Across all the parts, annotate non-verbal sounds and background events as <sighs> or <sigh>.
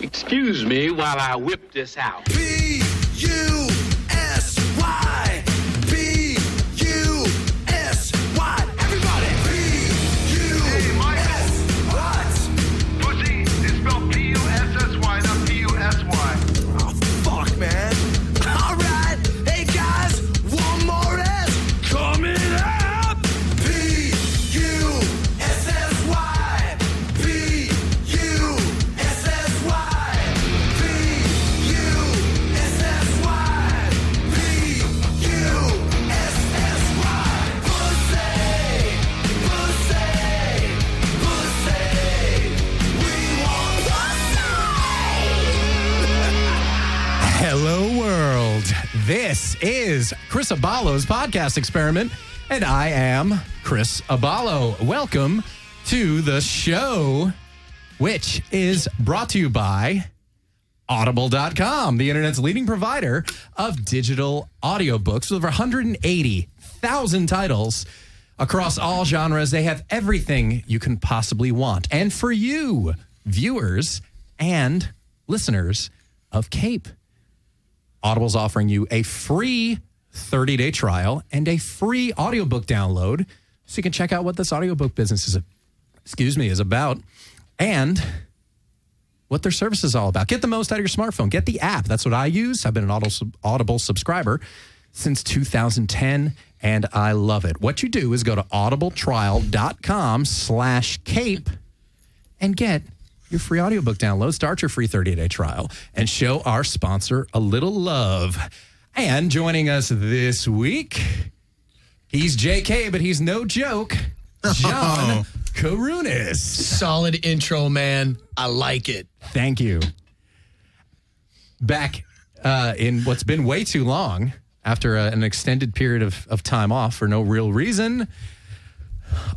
Excuse me while I whip this out. B U S Y. B U S Y. Everybody. B U S Y. Pussy is spelled P-U-S-S-Y, not P-U-S-Y. Oh, fuck, man. All right. Hey, guys. One more S coming up. B U S S Y. B U S S Y. B U S S Y. B U S S Y. Pussy. Pussy. Pussy. We want Hello, world. This is Chris Abalo's podcast experiment, and I am Chris Abalo. Welcome to the show, which is brought to you by Audible.com, the internet's leading provider of digital audiobooks with over 180,000 titles across all genres. They have everything you can possibly want. And for you, viewers and listeners of Cape, Audible's offering you a free 30 day trial and a free audiobook download so you can check out what this audiobook business is, excuse me, is about and what their service is all about. Get the most out of your smartphone. Get the app. That's what I use. I've been an Audible, Audible subscriber since 2010 and I love it. What you do is go to audibletrial.com slash cape and get your free audiobook download. Start your free 30 day trial and show our sponsor a little love. And joining us this week, he's JK, but he's no joke, <laughs> John Karunas. Solid intro, man. I like it. Thank you. Back uh, in what's been way too long after uh an extended period of, of time off for no real reason,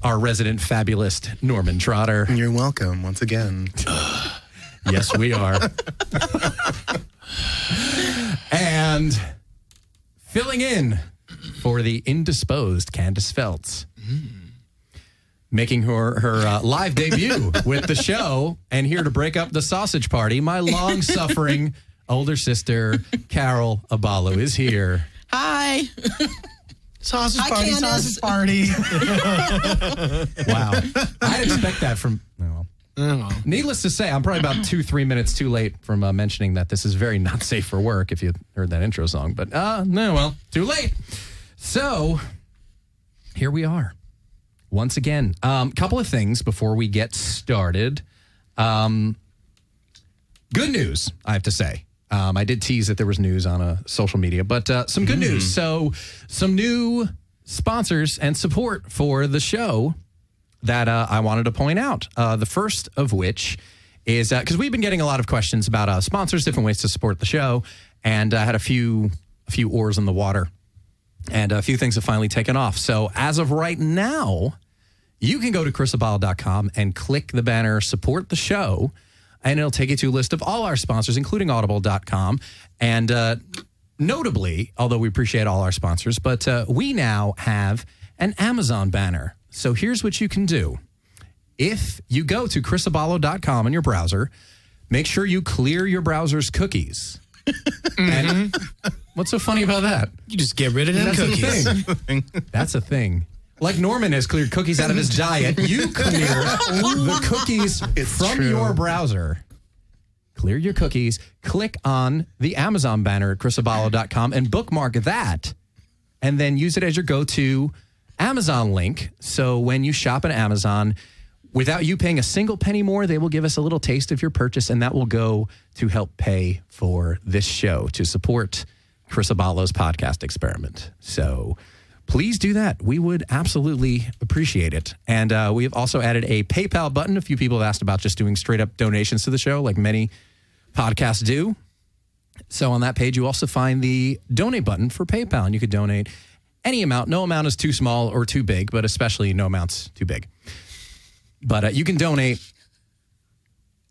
our resident fabulist, Norman Trotter. You're welcome once again. Yes, we are. and filling in for the indisposed Candace Feltz, making her her uh, live debut with the show, and here to break up the sausage party. My long suffering older sister Carol Abalo is here. Hi. Sausage Hi, party, Candace. sausage party. Wow, <laughs> I didn't expect that from. oh, well. Needless to say, I'm probably about two, three minutes too late from uh, mentioning that this is very not safe for work. If you heard that intro song, but uh, no, well, too late. So here we are once again. Um, couple of things before we get started. Um, good news, I have to say. Um, I did tease that there was news on uh, social media, but uh, some good news. So, some new sponsors and support for the show that uh, I wanted to point out. Uh, the first of which is because we've been getting a lot of questions about uh, sponsors, different ways to support the show, and I had a few a few oars in the water, and a few things have finally taken off. So as of right now, you can go to chrisabal.com and click the banner support the show and it'll take you to a list of all our sponsors including audible.com and uh, notably although we appreciate all our sponsors but uh, we now have an amazon banner so here's what you can do if you go to chrisabalo.com in your browser make sure you clear your browser's <laughs> cookies and what's so funny about that Mm-hmm. You just get rid of them that's cookies. a thing. That's a thing. Like Norman has cleared cookies out of his diet, you <laughs> clear the cookies from true. your browser. Clear your cookies, click on the Amazon banner at chrisabalo.com and bookmark that, and then use it as your go to Amazon link. So when you shop at Amazon, without you paying a single penny more, they will give us a little taste of your purchase, and that will go to help pay for this show to support Chris Abalo's podcast experiment. So please do that. We would absolutely appreciate it. And uh, we have also added a PayPal button. A few people have asked about just doing straight up donations to the show, like many podcasts do. So on that page, you also find the donate button for PayPal, and you could donate any amount. No amount is too small or too big, but especially no amount's too big. But uh, you can donate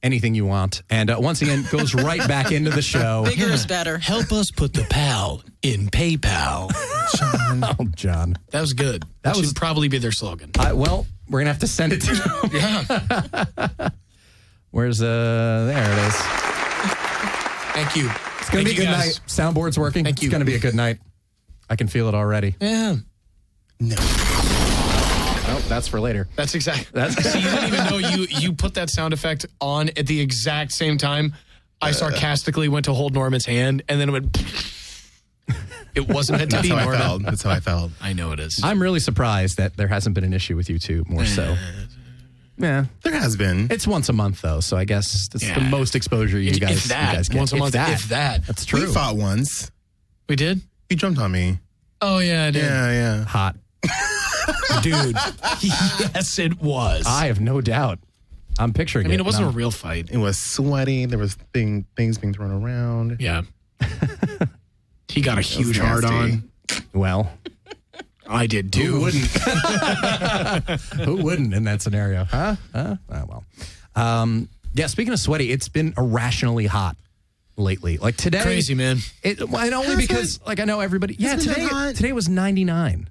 anything you want, and uh, once again, goes right <laughs> back into the show. Bigger is better. Help us put the pal in PayPal. Oh, John. That was good. That, That should was- probably be their slogan. I, well, we're gonna have to send it to them. <laughs> <laughs> Yeah. Where's uh? There it is. Thank you. It's going to be a good night. Soundboard's working. Thank you. It's going to be a good night. I can feel it already. Yeah. No. Oh, that's for later. That's exactly. <laughs> That's, See, you <laughs> didn't even know you you put that sound effect on at the exact same time. Uh, I sarcastically went to hold Norman's hand, and then it went. <laughs> It wasn't meant to That's be how I Norman. felt. That's how I felt. I know it is. I'm really surprised that there hasn't been an issue with you two more Eh. so. Yeah. There has been. It's once a month though, so I guess it's the Yeah. most exposure you If- guys, if that, you guys get. once a If month, that. if that. That's we true. fought once. we did. You jumped on me. Oh yeah, I did. Yeah, yeah. Hot. dude. <laughs> yes, it was. I I, have no doubt. I'm picturing mean, it and wasn't a I'm- real fight. It was sweaty. There was thing things being thrown around. <laughs> Yeah. he got a huge hard nasty. on. well. <laughs> I did too. Who wouldn't in that scenario? Huh? Huh? Ah, well. Um, yeah, speaking of sweaty, it's been irrationally hot lately. Like today. Crazy man. It, well, and only because, like, I know everybody. Yeah, Hasn't it been today hot? today was 99.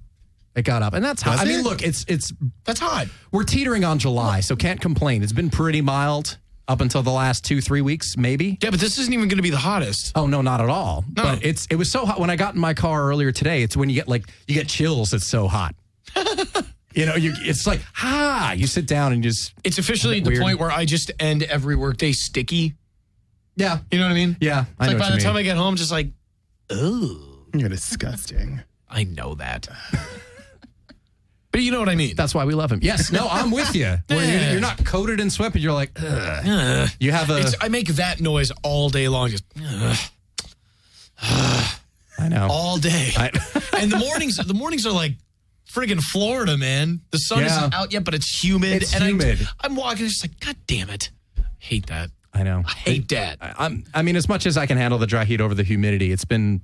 It got up, and that's hot. Was I mean, it? look, it's it's That's hot. we're teetering on July, so can't complain. It's been pretty mild up until the last two three weeks, maybe. Yeah, but this isn't even going to be the hottest. Oh no, not at all. But it's it was so hot when I got in my car earlier today. It's when you get like you get chills. It's so <laughs> hot. you know, you it's like ha. You sit down and just It's officially the Weird. point where I just end every workday sticky. yeah You know what I mean? yeah. I It's like know by what the you time mean. I get home, just like, oh, You're disgusting. I know that. <laughs> but you know what I mean. that's why we love him. Yes, no, I'm with <laughs> you. Where you- Yeah. you're not coated in sweat, but you're like Ugh. you have a. It's, I make that noise all day long, just uh, "Ugh," I know. all day. I- <laughs> and the mornings, the mornings are like friggin' Florida, man. The sun Yeah. isn't out yet, but it's humid. It's and humid. I'm, I'm walking, it's just like, God damn it, hate that. I know. I hate that. I'm, I mean, as much as I can handle the dry heat over the humidity, it's been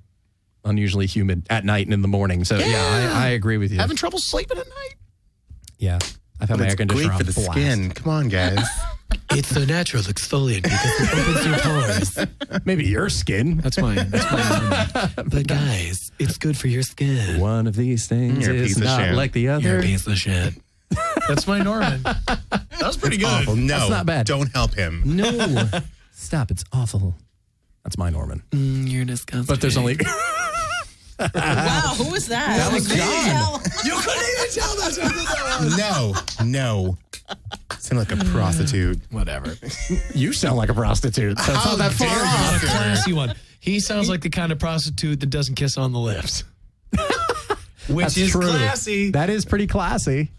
unusually humid at night and in the morning. So yeah, I, I agree with you. Having trouble sleeping at night. yeah, I've had But my it's air conditioner great on for the blast. skin. Come on, guys. It's the natural exfoliant because it opens your pores. Maybe your skin. That's mine. That's mine. but guys, it's good for your skin. One of these things You're a is piece of not shit. like the other. piece of shit. That's my Norman. That was pretty Awful. good. No, not bad. Don't help him. No, stop! It's awful. That's my Norman. You're disgusting. But there's only <laughs> Wow, who was that? That was Can you John. tell? You couldn't even tell that's what that was. No, no. Sound like a prostitute. whatever. you sound like a prostitute. So it's How not Oh, that far dare you. off. a classy one. He sounds like the kind of prostitute that doesn't kiss on <laughs> the lips. Which That's is true. classy. That is pretty classy.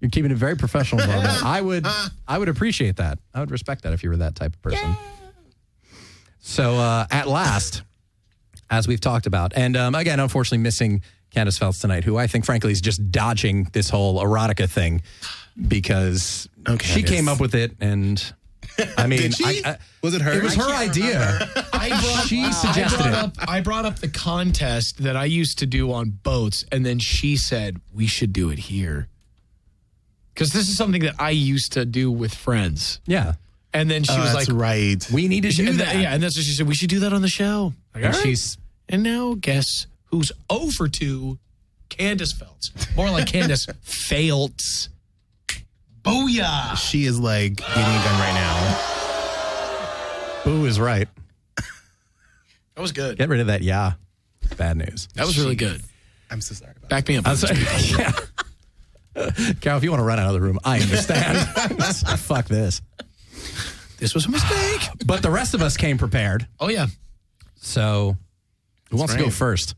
You're keeping it very professional. about that. I would, I would appreciate that. I would respect that if you were that type of person. So uh, at last, as we've talked about, and um, again, unfortunately, missing Candace Feltz tonight, who I think, frankly, is just dodging this whole erotica thing because Okay. she came up with it, and I mean, Did she? I- I- was it her? it was her idea. I <laughs> brought, She suggested I brought it. up I brought up the contest that I used to do on boats, and then she said we should do it here. Because this is something that I used to do with friends. Yeah, And then she Oh, was that's like, right. we need to do and that. that- yeah, and that's what she said. We should do that on the show. Like, And all right. she's and now guess who's over to Candace Feltz, more like <laughs> Candace Feltz. Booyah! she is like getting a gun right now. Boo is right. That was good. Get rid of that. Yeah, bad news. That was really good. I'm so sorry about that. Back me up. I'm sorry. <laughs> yeah. Carol, if you want to run out of the room, I understand. Fuck this. This was a mistake. But the rest of us came prepared. Oh yeah. So who wants to go right. first?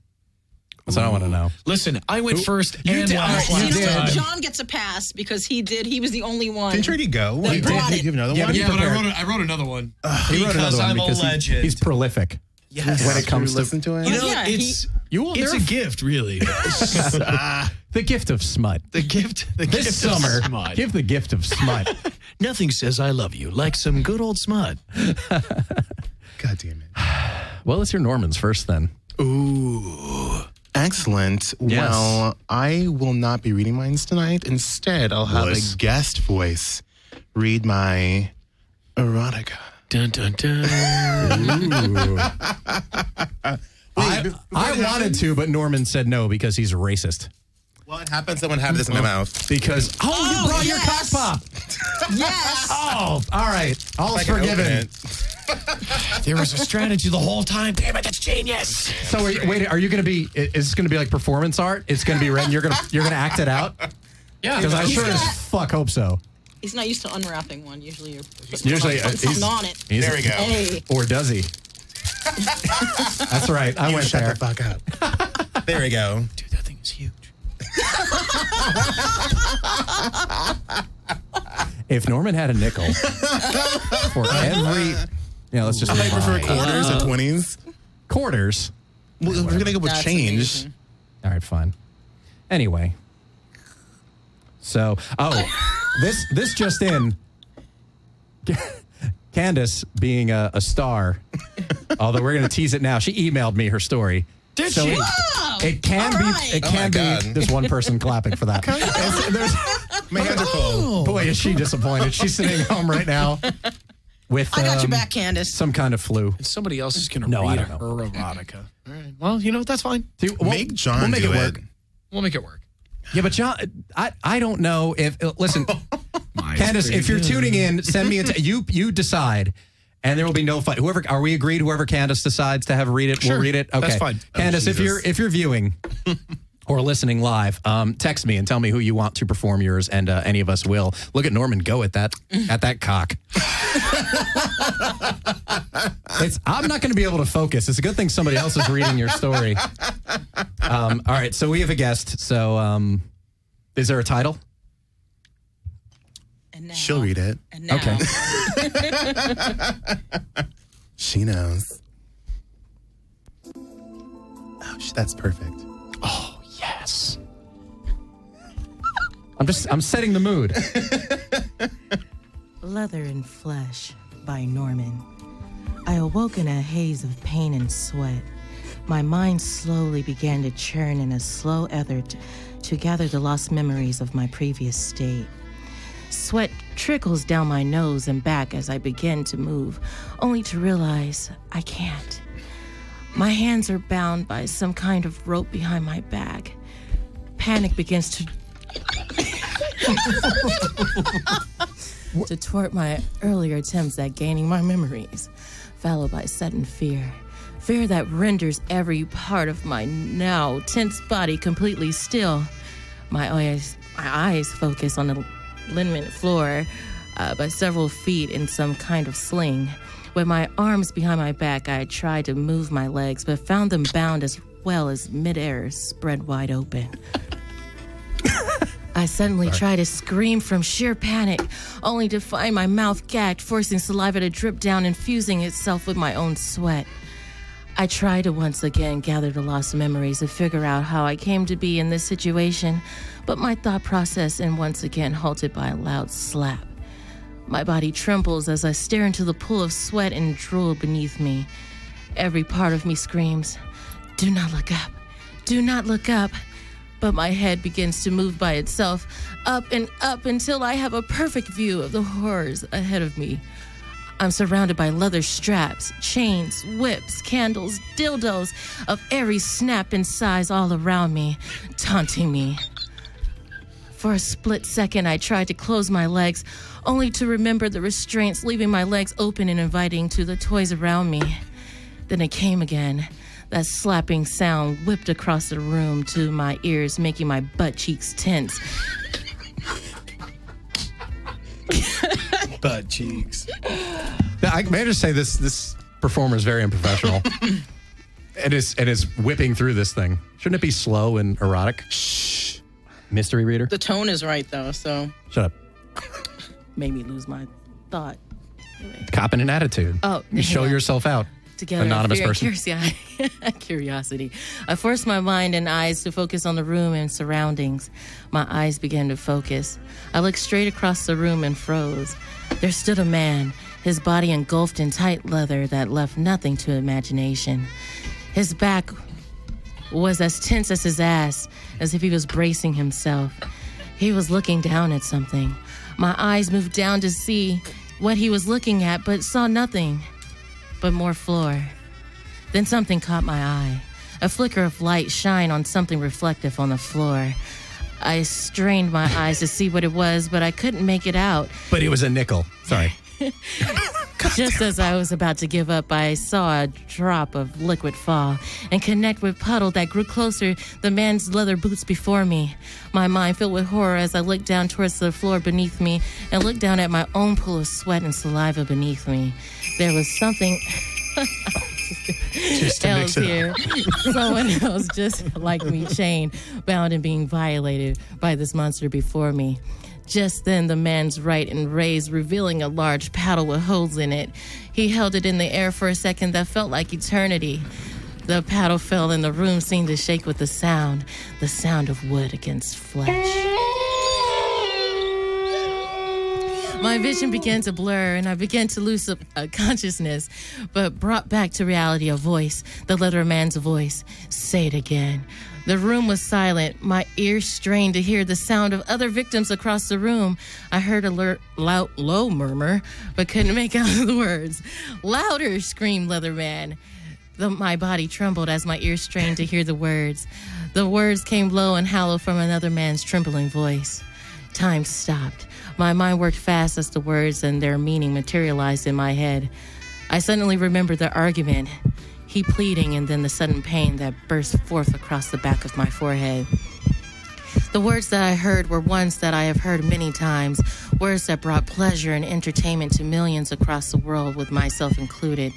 That's what I want to know. Listen, I went first you and did- last. all right, You last know what? time. John gets a pass because he did. He was the only one. Didn't Trudy go? They brought it. Give another Yeah, one? but Yeah, but I prepared. wrote, a- Uh, I wrote another one. He wrote another because one I'm a because he- legend. he's prolific. Yes. When it comes Should to we listen to it. you know, Oh, Yeah, he- Oh, it's You will it's never a gift, <laughs> really. the gift of smut. the gift. The This gift of summer, smut. give the gift of smut. Nothing says I love you like some good old smut. God damn it. well, let's hear Norman's first then. Excellent. Yes. Well, I will not be reading mine tonight. Instead, I'll have Nice. a guest voice read my erotica. Dun dun dun. I, I wanted to, but Norman said no because he's racist. Well, it happens that when have this in my mouth. Because oh, you Oh, brought yes. your cock pop. Yes. Oh, all right, all's forgiven. There was a strategy the whole time. Damn it, that's genius. So are you, wait, are you going to be? i- Is this going to be like performance art? It's going to be written. You're going to you're going to act it out Yeah, because I He's sure as got- fuck hope so. He's not used to unwrapping one. Usually you're putting Usually, uh, something he's- on it. he's- There we go. Hey, Or does he? That's right. I You went shut there. the fuck up. there we go. dude, that thing is huge. If Norman had a nickel <laughs> for every, yeah, let's just I prefer rewind. quarters and <laughs> twenties. quarters. Well, we're gonna go with that's change. amazing. All right, fine. Anyway, so oh, this this just in. <laughs> Candace being a, a star, although we're going to tease it now. She emailed me her story. Did she? It, it can All be. right. It Oh my can God. be. There's one person clapping for <laughs> that. It's- <laughs> there's- Meanderful. boy, is she disappointed. She's sitting home right now with. I got your um, back, Candace. Some kind of flu. Somebody else is gonna No, I read don't her know. erotica. All right. Well, you know that's fine. See, we'll- Make John we'll make do it work. We'll make it work. Yeah, but John, I, I don't know if uh, <laughs> listen, Candace, if you're tuning in, send me a t- you you decide, and there will be no fight. Whoever are we agreed? Whoever Candace decides to have read it, Sure. we'll read it. Okay, That's fine. Oh, Candace, if Jesus. you're if you're <laughs> viewing or listening live, um, text me and tell me who you want to perform yours, and uh, any of us will. Look at Norman go at that at that cock. <laughs> it's I'm not going to be able to focus. It's a good thing somebody else is reading your <laughs> story. Um, all right, so we have a guest. So, um, is there a title? And now, She'll read it. And now, Okay. She knows. Oh, sh- that's perfect. Yes. I'm just I'm setting the mood. Leather and Flesh by Norman. I awoke in a haze of pain and sweat. My mind slowly began to churn in a slow effort to gather the lost memories of my previous state. Sweat trickles down my nose and back as I begin to move, only to realize I can't. My hands are bound by some kind of rope behind my back. Panic begins to to thwart my earlier attempts at gaining my memories, followed by sudden fear. Fear that renders every part of my now tense body completely still. My eyes, my eyes focus on the liniment floor uh, by several feet in some kind of sling. With my arms behind my back, I tried to move my legs, but found them bound as well as midair spread wide open. I suddenly try to scream from sheer panic, only to find my mouth gagged, forcing saliva to drip down, infusing itself with my own sweat. I try to once again gather the lost memories and figure out how I came to be in this situation, but my thought process is once again halted by a loud slap. My body trembles as I stare into the pool of sweat and drool beneath me. Every part of me screams, Do not look up! Do not look up! But my head begins to move by itself, up and up until I have a perfect view of the horrors ahead of me. I'm surrounded by leather straps, chains, whips, candles, dildos of every snap and size all around me, taunting me. For a split second, I tried to close my legs, only to remember the restraints, leaving my legs open and inviting to the toys around me. Then it came again. That slapping sound whipped across the room to my ears, making my butt cheeks tense. Butt cheeks. I may I just say this this performer is very <laughs> unprofessional. it is it is whipping through this thing. Shouldn't it be slow and erotic? Shh. Mystery reader. the tone is right though, so Shut up. Made me lose my thought. Copping an attitude. Oh, you show yeah. yourself out. together. Anonymous fear and person. Curiosity. <laughs> curiosity. I forced my mind and eyes to focus on the room and surroundings. My eyes began to focus. I looked straight across the room and froze. There stood a man, his body engulfed in tight leather that left nothing to imagination. His back was as tense as his ass, as if he was bracing himself. He was looking down at something. My eyes moved down to see what he was looking at, but saw nothing but more floor. Then something caught my eye. A flicker of light shine on something reflective on the floor. I strained my eyes to see what it was, but I couldn't make it out. <laughs> But it was a nickel. Sorry. Just as I was about to give up, I saw a drop of liquid fall and connect with puddle that grew closer the man's leather boots before me. My mind filled with horror as I looked down towards the floor beneath me and looked down at my own pool of sweat and saliva beneath me. There was something Just to mix else it up. here. <laughs> Someone else just like me, chained, bound, and being violated by this monster before me. Just then, the man's right and raised, revealing a large paddle with holes in it. He held it in the air for a second that felt like eternity. The paddle fell, and the room seemed to shake with the sound the sound of wood against flesh. My vision began to blur and I began to lose uh, consciousness, but brought back to reality a voice, the letter man's voice. Say it again. The room was silent. My ears strained to hear the sound of other victims across the room. I heard a lur- loud, low murmur, but couldn't make out <laughs> the words. Louder, screamed Leatherman. The, my body trembled as my ears strained to hear the words. The words came low and hollow from another man's trembling voice. Time stopped. My mind worked fast as the words and their meaning materialized in my head. I suddenly remembered the argument, he pleading, and then the sudden pain that burst forth across the back of my forehead. The words that I heard were ones that I have heard many times, words that brought pleasure and entertainment to millions across the world, with myself included,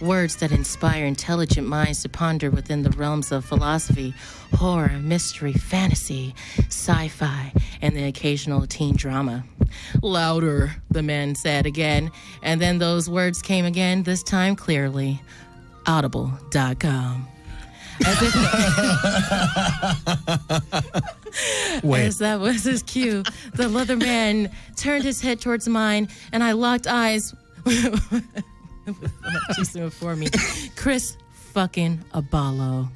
words that inspire intelligent minds to ponder within the realms of philosophy, horror, mystery, fantasy, sci fi, and the occasional teen drama. Louder, the man said again, and then those words came again, this time clearly. Audible.com. As if As that was his cue, the leather man turned his head towards mine, and I locked eyes. <laughs> Too soon for me. Chris fucking Abalo.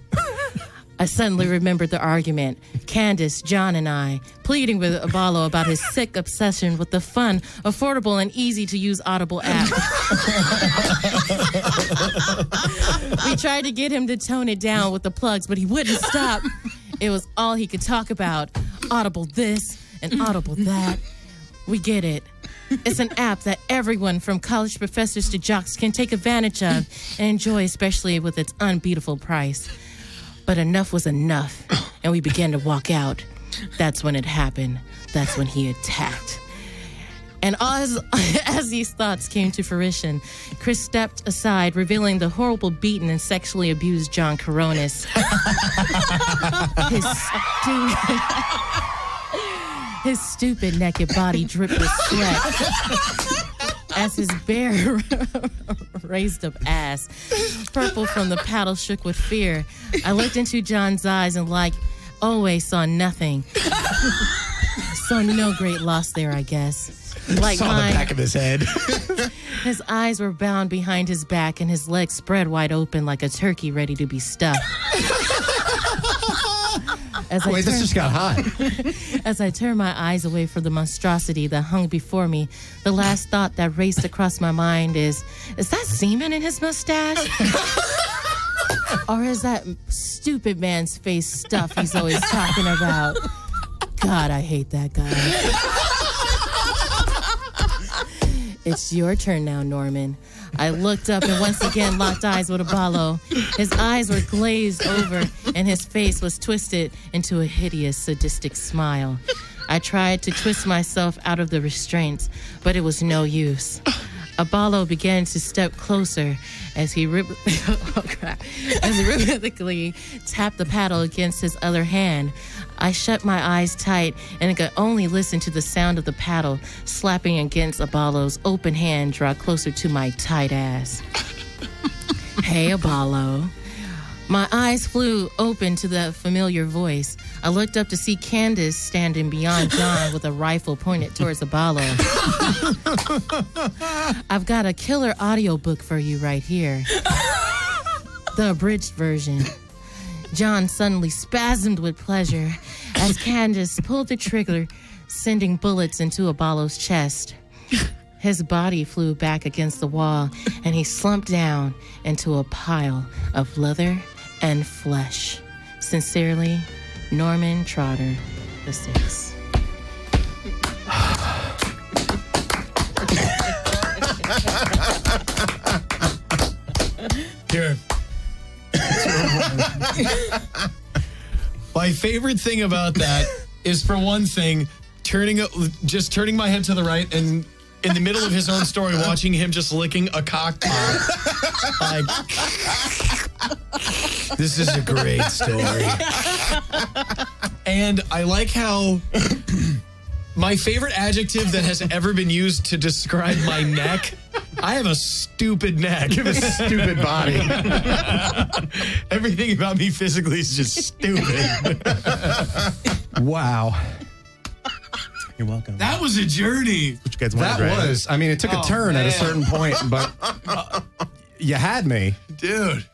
I suddenly remembered the argument. Candace, John, and I pleading with Abalo about his sick obsession with the fun, affordable, and easy to use Audible app. we tried to get him to tone it down with the plugs, but he wouldn't stop. It was all he could talk about. Audible this and audible that. We get it. It's an app that everyone from college professors to jocks can take advantage of and enjoy, especially with its unbeatable price. But enough was enough, and we began to walk out. That's when it happened. That's when he attacked. And as, <laughs> as these thoughts came to fruition, Chris stepped aside, revealing the horrible beaten and sexually abused John Coronis. his, stu- <laughs> his stupid naked body dripped with sweat <laughs> as his bare <laughs> raised up ass, purple from the paddle, shook with fear. I looked into John's eyes and, like always, saw nothing. <laughs> so, no great loss there, I guess. Like mine, of <laughs> his head. his eyes were bound behind his back and his legs spread wide open like a turkey ready to be stuffed. As I Wait, this just turned- got <laughs> hot. as I turned my eyes away from the monstrosity that hung before me, the last thought that raced across my mind is Is that semen in his mustache? or is that stupid man's face stuff he's always talking about? God, I hate that guy. It's your turn now, Norman. I looked up and once again locked eyes with Abalo. His eyes were glazed over and his face was twisted into a hideous, sadistic smile. I tried to twist myself out of the restraints, but it was no use. Abalo began to step closer as he rib- <laughs> oh, crap. as he rhythmically tapped the paddle against his other hand. I shut my eyes tight and could only listen to the sound of the paddle slapping against Abalo's open hand draw closer to my tight ass. hey Abalo. My eyes flew open to the familiar voice. I looked up to see Candace standing beyond John with a rifle pointed towards Abalo. I've got a killer audiobook for you right here. the abridged version. John suddenly spasmed with pleasure as Candace pulled the trigger, sending bullets into Abalo's chest. His body flew back against the wall and he slumped down into a pile of leather and flesh. Sincerely, Norman Trotter, the six. Here. my favorite thing about that is, for one thing, turning just turning my head to the right and in the middle of his own story, watching him just licking a cock pot. Like, this is a great story. And I like how my favorite adjective that has ever been used to describe my neck. I have a stupid neck. Stupid body. Everything about me physically is just stupid. <laughs> Wow. <laughs> You're welcome. that was a journey. Which gets That was, I mean, it took a Oh, turn at a man. certain point, but uh, you had me. Dude.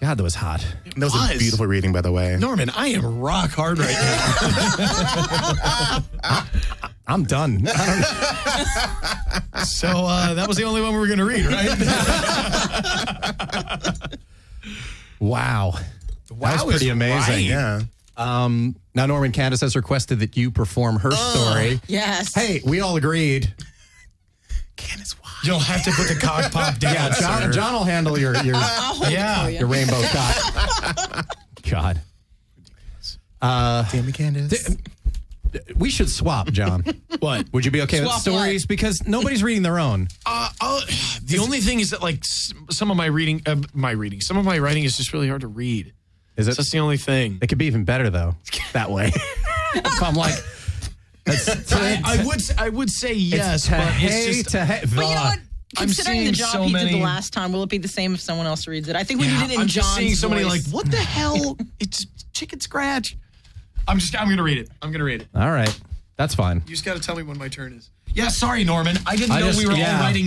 God, that was hot. That was, a was. beautiful reading, by the way. Norman, I am rock hard right now. I'm done. I don't know. so uh, that was the only one we were going to read, right? Wow. that was pretty amazing. Yeah. Um, now, Norman Candace has requested that you perform her story. Yes. Hey, we all agreed. Candace, why? You'll have to put the cock pop <laughs> down. Yeah, John, sir. John will handle your your, <laughs> Oh, Yeah. your rainbow cock. <laughs> God. Damn it, Candace. We should swap, John. <laughs> What? Would you be okay with Swap stories? Because nobody's reading their own. Uh, I'll, <sighs> the only thing is that, like, s- some of my reading, uh, my reading, some of my writing is just really hard to read. Is So it? that's the only thing. It could be even better, though, that <laughs> way. if I'm like, that's, I, I would, I would say yes, but it's just. to hey, But you know what? I'm Considering the seeing job so he did many- the last time, will it be the same if someone else reads it? I think we Yeah, need it in I'm John's just seeing somebody like, voice. what the hell? it's chicken scratch. I'm just, I'm gonna read it. I'm gonna read it. All right. That's fine. You just gotta tell me when my turn is. Yeah, sorry, Norman. I didn't I know just- we were yeah. all writing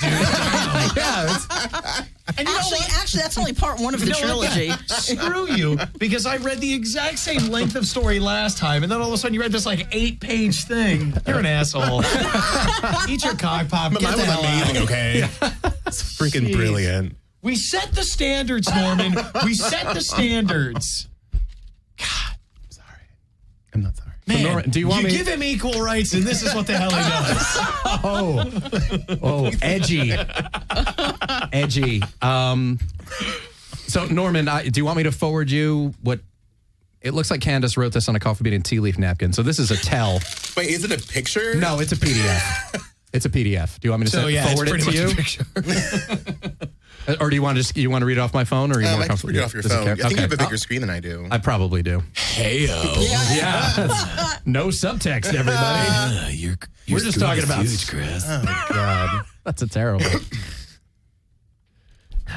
<laughs> dude. Yeah, it's, and you know Actually, what? actually, that's only part one of the You know what? <laughs> trilogy. Screw you, because I read the exact same length of story last time, and then all of a sudden you read this like eight page thing. You're an asshole. <laughs> Eat your cock pop. Get Mine was the hell out. amazing, okay? It's freaking brilliant. We set the standards, Norman. We set the standards. I'm not sorry. Man, Norman, do you want me- give him equal rights, and this is what the hell he does. <laughs> oh, oh, edgy, edgy. Um, so Norman, I, do you want me to forward you what? It looks like Candace wrote this on a coffee bean and tea leaf napkin. So this is a tell. Wait, is it a picture? No, it's a PDF. It's a PDF. Do you want me to So send, yeah, it's forward pretty it to much a you, picture. <laughs> or do you want to just you want to read it off my phone, or are you Um, more I can just comfortable? read it off your Does it phone. care? I think you have a Okay. bigger screen than I do. I probably do. Heyo, Yeah. that's- <laughs> no subtext, everybody. <laughs> you're, We're just talking about. oh, my God. That's a terrible.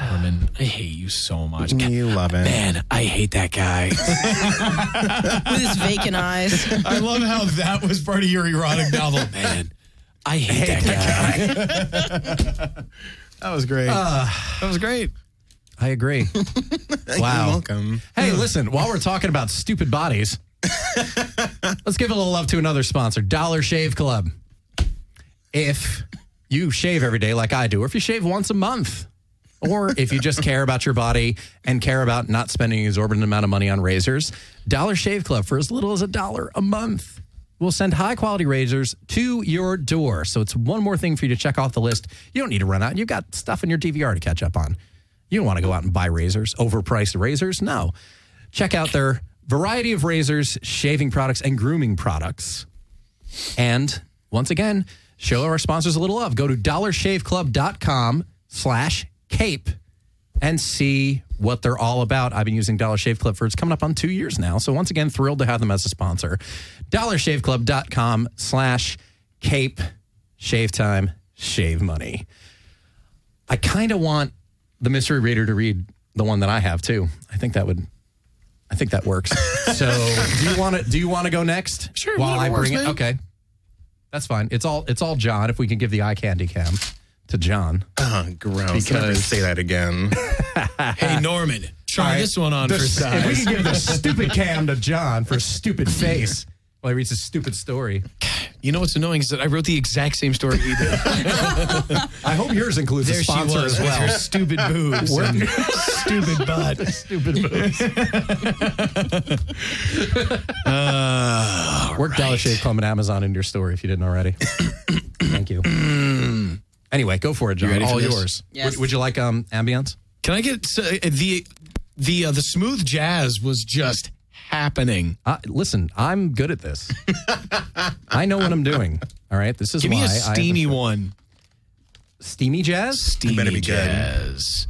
Norman. I hate you so much. You love it. Man, I hate <laughs> that guy. with his vacant eyes. I love how that was part of your erotic novel. <laughs> Man, I hate, that, guy. that was great. Uh, that was great. I <laughs> agree. wow. You're welcome. Hey, listen, while we're talking about stupid bodies, let's give a little love to another sponsor, Dollar Shave Club. If you shave every day like I do, or if you shave once a month, or if you just care about your body and care about not spending an exorbitant amount of money on razors, Dollar Shave Club for as little as a dollar a month will send high quality razors to your door. So it's one more thing for you to check off the list. You don't need to run out. You've got stuff in your DVR to catch up on. You don't want to go out and buy razors, overpriced razors. No. Check out their variety of razors, shaving products, and grooming products. And once again, show our sponsors a little love. Go to dollarshaveclub.com slash cape and see what they're all about. I've been using Dollar Shave Club for it's coming up on two years now. So once again, thrilled to have them as a sponsor. Dollarshaveclub.com slash cape. Shave time, shave money. I kind of want the mystery reader to read the one that I have too. I think that would I think that <laughs> works. So, do you want to do you want to go next? Sure, While I whatever bring works, it. man. Okay. That's fine. It's all it's all John if we can give the eye candy cam to John. Oh, Uh, gross. Can I Because- say that again? <laughs> Hey, Norman, try Ah. this one on for If we size. can give the stupid cam to John for a <laughs> stupid face while he reads his stupid story. You know what's annoying is that I wrote the exact same story he <laughs> did. I hope yours includes a there she sponsor was as with her well. stupid boobs, <laughs> and stupid butt. Stupid moves. <laughs> Work Dollar Shave Club and Amazon in your story if you didn't already. Thank you. anyway, go for it, John. Mm. ready for All this? yours. Yes. Would, would you like um ambience? Can I get so, uh, the the uh, the smooth jazz was just happening. Uh, listen, I'm good at this. <laughs> I know what I'm doing. All right, this is Give why me a I- steamy one. steamy <laughs> jazz. Steamy better be good. jazz.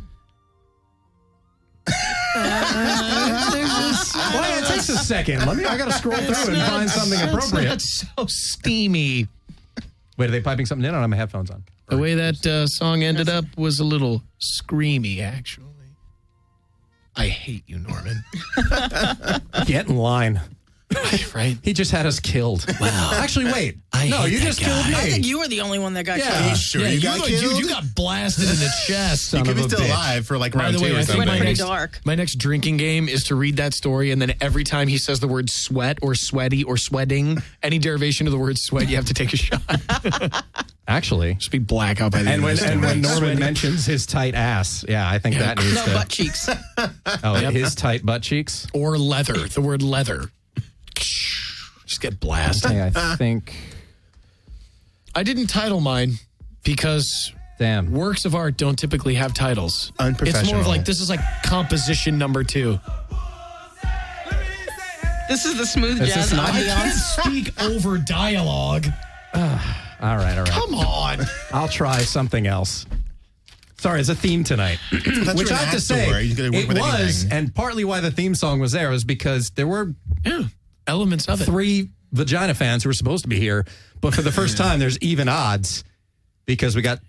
Why it takes a second? Let me. I gotta scroll through and find something appropriate. That's not so steamy. Wait, are they piping something in? I don't have my headphones on. The way that uh, song ended up was a little screamy, actually. I hate you, <laughs> Norman. Get in line. right? He just had us killed. Wow. Actually, wait. I no, hate you that just guy. killed me. I think you were the only one that got Yeah. killed. Uh, sure, you got you, killed. you got blasted in the chest. Son could of be a still bitch. alive for like By round the way, two or I think something. my Pretty next, dark. my next drinking game is to read that story, and then every time he says the word sweat or sweaty or sweating, any derivation of the word sweat, you have to take a <laughs> shot. Actually. Just be black out by the And end of when this and story. when Norman mentions his tight ass, yeah, I think that needs No to. butt cheeks. oh, his tight butt cheeks. <laughs> or leather, the word leather. Just get blasted. Yeah, <laughs> I think. I didn't title mine because Damn. works of art don't typically have titles. It's more Unprofessional. of like this is like composition number two. This is the smooth This jazz is not- I can't ambiance. speak over dialogue. All right, all right. Come on. I'll try something else. Sorry, it's a theme tonight, thought which you were I an have to actor. say You could work it with was, anything. and partly why the theme song was there was because there were Yeah. Elements of it. three vagina fans who were supposed to be here, but for the first time, there's even odds because we got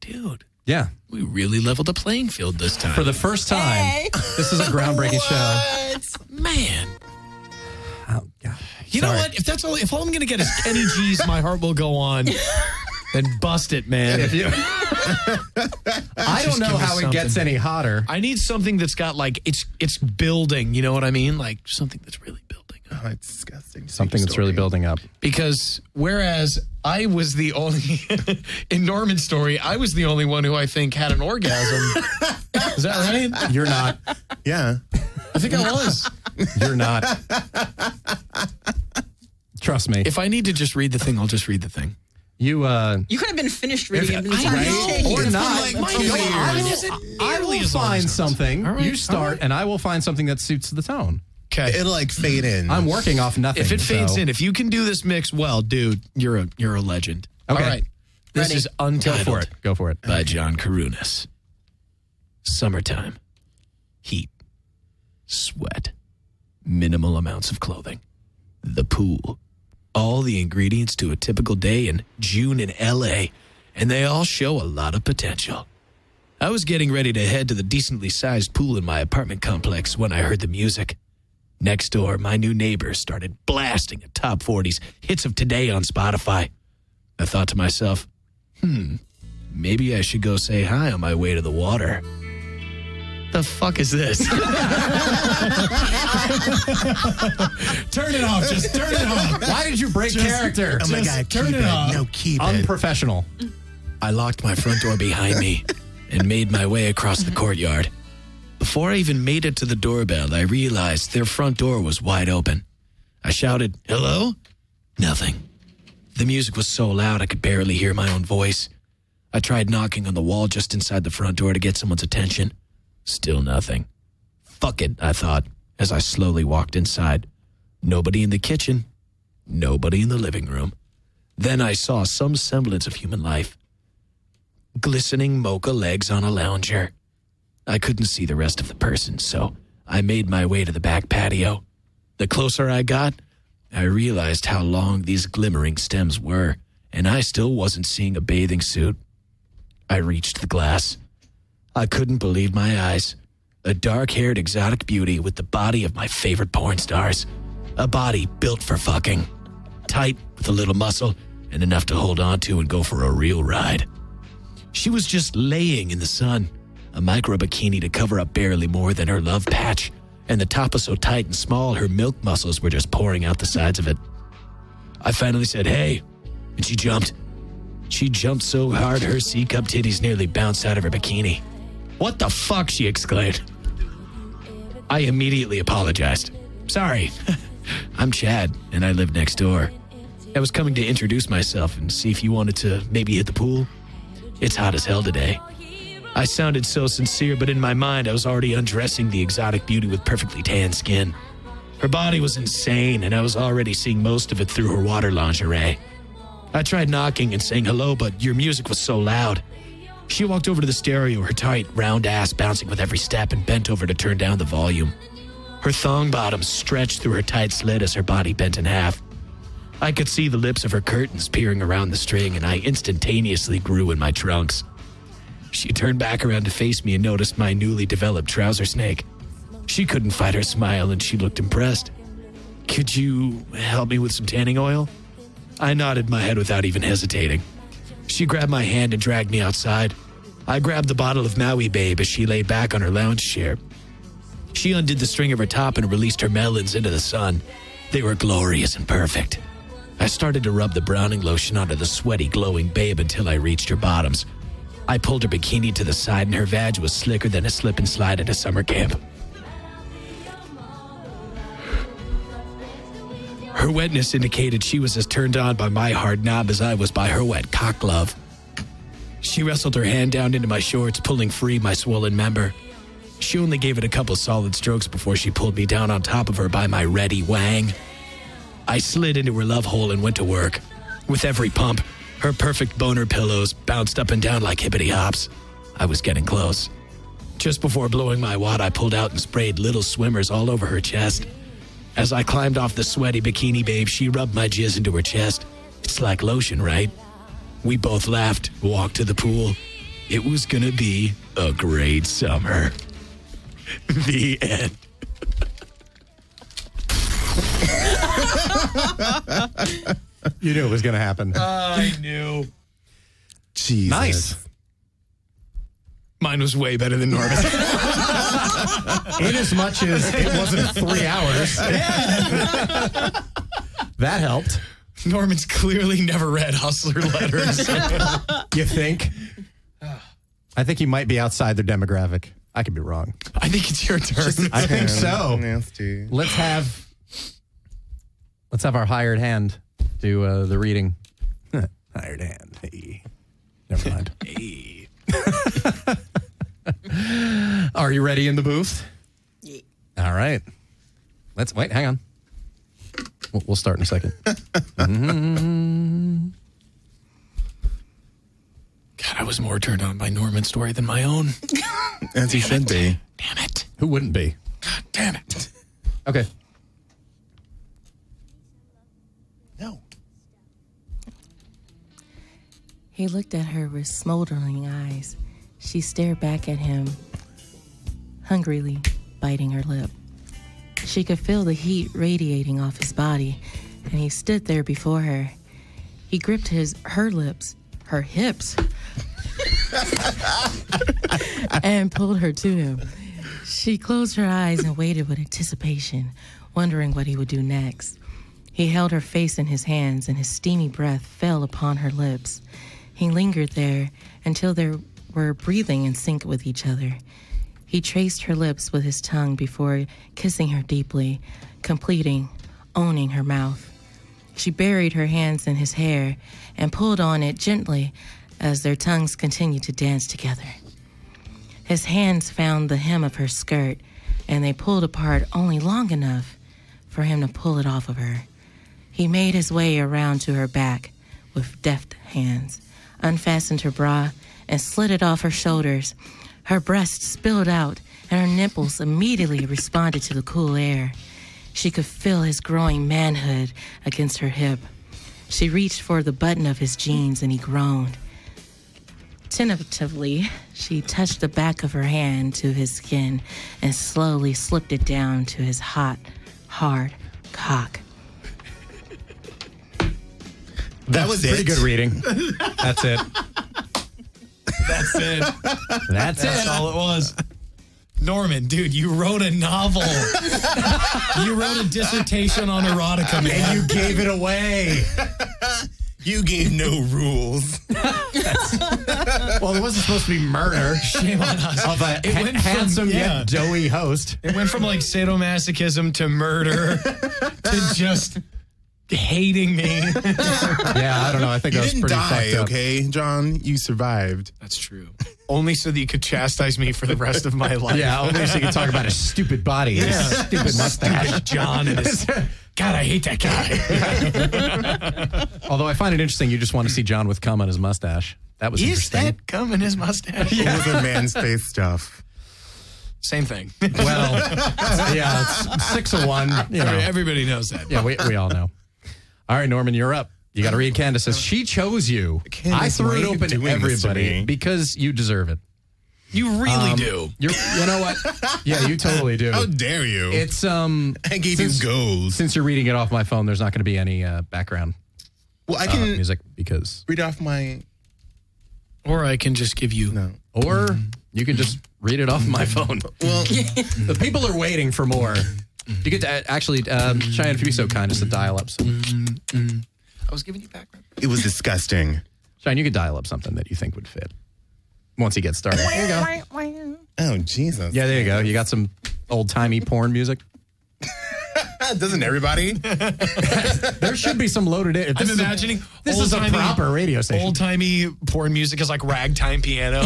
Dude, yeah we really leveled the playing field this time. for the first time. Hey. This is a groundbreaking show. Man. Oh, God. Sorry. You know what? If that's all if all I'm gonna get is Kenny G's My Heart Will <laughs> Go On, then bust it, man. I don't Just know give me how it gets something. any hotter. I need something that's got like it's it's building, you know what I mean? Like something that's really building up. Oh, it's disgusting. Something that's really building up. Because whereas I was the only <laughs> in Norman's story, I was the only one who I think had an orgasm. Is that right? You're not. Yeah. I think I was. You're not. Trust me. If I need to just read the thing, I'll just read the thing. you uh You could have been finished reading it. I Right? know. Shaking. or It's been not. like Mine two is- I will- years. I Nearly will as long as find yours. something. All right, You all start, right. and I will find something that suits the tone. <laughs> Okay. It'll like fade in. I'm working off nothing. If it fades so- in, if you can do this mix well, dude, you're a you're a legend. Okay. All right. This Ready. is go Untitled for it. Go for it. by John Karunas. Summertime. Heat. Sweat. Minimal amounts of clothing. The pool. All the ingredients to a typical day in June in LA, and they all show a lot of potential. I was getting ready to head to the decently sized pool in my apartment complex when I heard the music. Next door, my new neighbor started blasting a top 40s hits of today on Spotify. I thought to myself, hmm, maybe I should go say hi on my way to the water. The fuck is this? turn it off. Just turn it off. Why did you break <laughs> character? Oh my Just god, turn keep it it, off. No, keep it. Unprofessional. I locked my front door behind me and made my way across the courtyard. Before I even made it to the doorbell, I realized their front door was wide open. I shouted, Hello? Nothing. The music was so loud I could barely hear my own voice. I tried knocking on the wall just inside the front door to get someone's attention. Still nothing. Fuck it, I thought, as I slowly walked inside. Nobody in the kitchen, nobody in the living room. Then I saw some semblance of human life glistening mocha legs on a lounger. I couldn't see the rest of the person, so I made my way to the back patio. The closer I got, I realized how long these glimmering stems were, and I still wasn't seeing a bathing suit. I reached the glass. I couldn't believe my eyes. A dark haired exotic beauty with the body of my favorite porn stars. A body built for fucking. Tight, with a little muscle, and enough to hold on to and go for a real ride. She was just laying in the sun, a micro bikini to cover up barely more than her love patch, and the top was so tight and small her milk muscles were just pouring out the sides of it. I finally said, Hey, and she jumped. She jumped so hard her C cup titties nearly bounced out of her bikini. What the fuck? she exclaimed. I immediately apologized. Sorry. <laughs> I'm Chad, and I live next door. I was coming to introduce myself and see if you wanted to maybe hit the pool. It's hot as hell today. I sounded so sincere, but in my mind, I was already undressing the exotic beauty with perfectly tan skin. Her body was insane, and I was already seeing most of it through her water lingerie. I tried knocking and saying hello, but your music was so loud. She walked over to the stereo, her tight, round ass bouncing with every step, and bent over to turn down the volume. Her thong bottom stretched through her tight slit as her body bent in half. I could see the lips of her curtains peering around the string, and I instantaneously grew in my trunks. She turned back around to face me and noticed my newly developed trouser snake. She couldn't fight her smile, and she looked impressed. Could you help me with some tanning oil? I nodded my head without even hesitating. She grabbed my hand and dragged me outside. I grabbed the bottle of Maui Babe as she lay back on her lounge chair. She undid the string of her top and released her melons into the sun. They were glorious and perfect. I started to rub the browning lotion onto the sweaty, glowing babe until I reached her bottoms. I pulled her bikini to the side, and her vag was slicker than a slip and slide at a summer camp. Her wetness indicated she was as turned on by my hard knob as I was by her wet cock glove. She wrestled her hand down into my shorts, pulling free my swollen member. She only gave it a couple solid strokes before she pulled me down on top of her by my ready wang. I slid into her love hole and went to work. With every pump, her perfect boner pillows bounced up and down like hippity hops. I was getting close. Just before blowing my wad, I pulled out and sprayed little swimmers all over her chest. As I climbed off the sweaty bikini babe, she rubbed my jizz into her chest. It's like lotion, right? We both laughed, walked to the pool. It was gonna be a great summer. <laughs> the end. You knew it was going to happen. Uh, I knew. Jesus. nice. Mine was way better than Norman. In as much as it wasn't three <laughs> hours. that helped. Norman's clearly never read Hustler letters. You <sighs> think? I think he might be outside their demographic. I could be wrong. I think it's your turn. I think <laughs> Oh. so. Nasty. Let's have let's have our hired hand do uh, the reading. <laughs> hired hand. Hey. Never mind. <laughs> Are you ready in the booth? All right. Let's wait. Hang on. We'll, we'll start in a second. God, I was more turned on by Norman's story than my own. <laughs> As he should be. Damn it. <laughs> Who wouldn't be? Damn it. Okay. No. He looked at her with smoldering eyes. She stared back at him, hungrily biting her lip. She could feel the heat radiating off his body, and he stood there before her. He gripped his her lips, her hips, and pulled her to him. She closed her eyes and waited with anticipation, wondering what he would do next. He held her face in his hands, and his steamy breath fell upon her lips. He lingered there until they were breathing in sync with each other. He traced her lips with his tongue before kissing her deeply, completing, owning her mouth. She buried her hands in his hair and pulled on it gently as their tongues continued to dance together. His hands found the hem of her skirt, and they pulled apart only long enough for him to pull it off of her. He made his way around to her back with deft hands, unfastened her bra, and slid it off her shoulders. Her breasts spilled out, and her nipples immediately responded to the cool air. She could feel his growing manhood against her hip. She reached for the button of his jeans, and he groaned. Tentatively, she touched the back of her hand to his skin and slowly slipped it down to his hot, hard cock. That was Pretty it. good <laughs> reading. That's it. That's it. That's That's it. all it was. Norman, dude, you wrote a novel. you wrote a dissertation on erotica, man. You gave it away. You gave no rules. Well, it wasn't supposed to be murder. Shame on us. <laughs> of a ha- went from- handsome yeah. yet doughy host. <laughs> It went from like sadomasochism to murder to just hating me. Yeah, I don't know. I think You I was didn't pretty die, fucked up. okay, John? You survived. That's true. Only so that you could chastise me for the rest of my life. Yeah, only so you can talk about his stupid body, and his stupid mustache. John and his. God, I hate that guy. Although I find it interesting, you just want to see John with cum on his mustache. That was Is interesting. that cum in his mustache? Older man space stuff. Same <laughs> thing. well, yeah, it's six of one. You know. Everybody knows that. Yeah, we, we all know. All right, Norman, you're up. You got to read Candace's. She chose you. Candace, I threw why it are you open to doing this to everybody me? because you deserve it. Um, You really Um, do. You're, you know what? Yeah, you totally do. How dare you? It's um I gave you goals. since you're reading it off my phone, there's not going to be any uh, background well, I uh, can music because, read off my. Or I can just give you. or you can just read it off my phone. <laughs> Well, The people are waiting for more. You get to a- actually, um, Cheyenne, if you'd be so kind as to dial up. Some, I was giving you background. it was disgusting. Cheyenne, you could dial up something that you think would fit. Once he gets started, there you go. Oh Jesus! Yeah, there you go. You got some old timey porn music. doesn't everybody? There should be some loaded in. I'm imagining this is a old-timey- proper radio station. Old timey porn music is like ragtime <laughs> piano.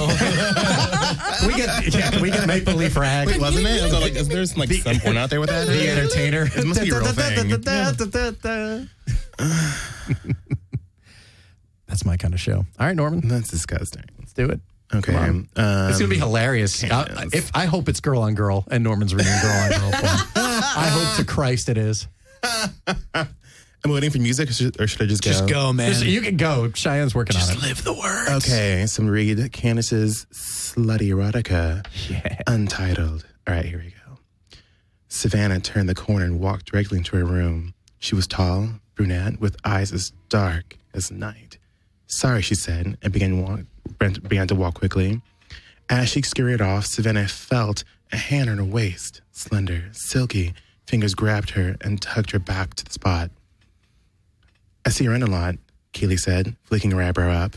we get yeah, we get make believe rag. Wait, wasn't it? I was like, is there some, like some porn out there with <laughs> that? the entertainer. It must be a real thing. That's my kind of show. All right, Norman, That's disgusting. let's do it. Okay. Um, It's gonna be hilarious. I, Candace. if I hope it's girl on girl, and Norman's reading girl on girl. Porn. I hope to Christ it is. I'm waiting for music, or should, or should I just go? Just go, man. Just- you can go. Cheyenne's working on it. live the word. Okay, some read Candace's slutty erotica, untitled. All right, here we go. Savannah turned the corner and walked directly into her room. She was tall, brunette, with eyes as dark as night. Sorry, she said, and began, walk, began to walk quickly. As she scurried off, Savannah felt a hand on her waist, slender, silky. Fingers grabbed her and tugged her back to the spot. I see her in a lot, Keely said, flicking her eyebrow up.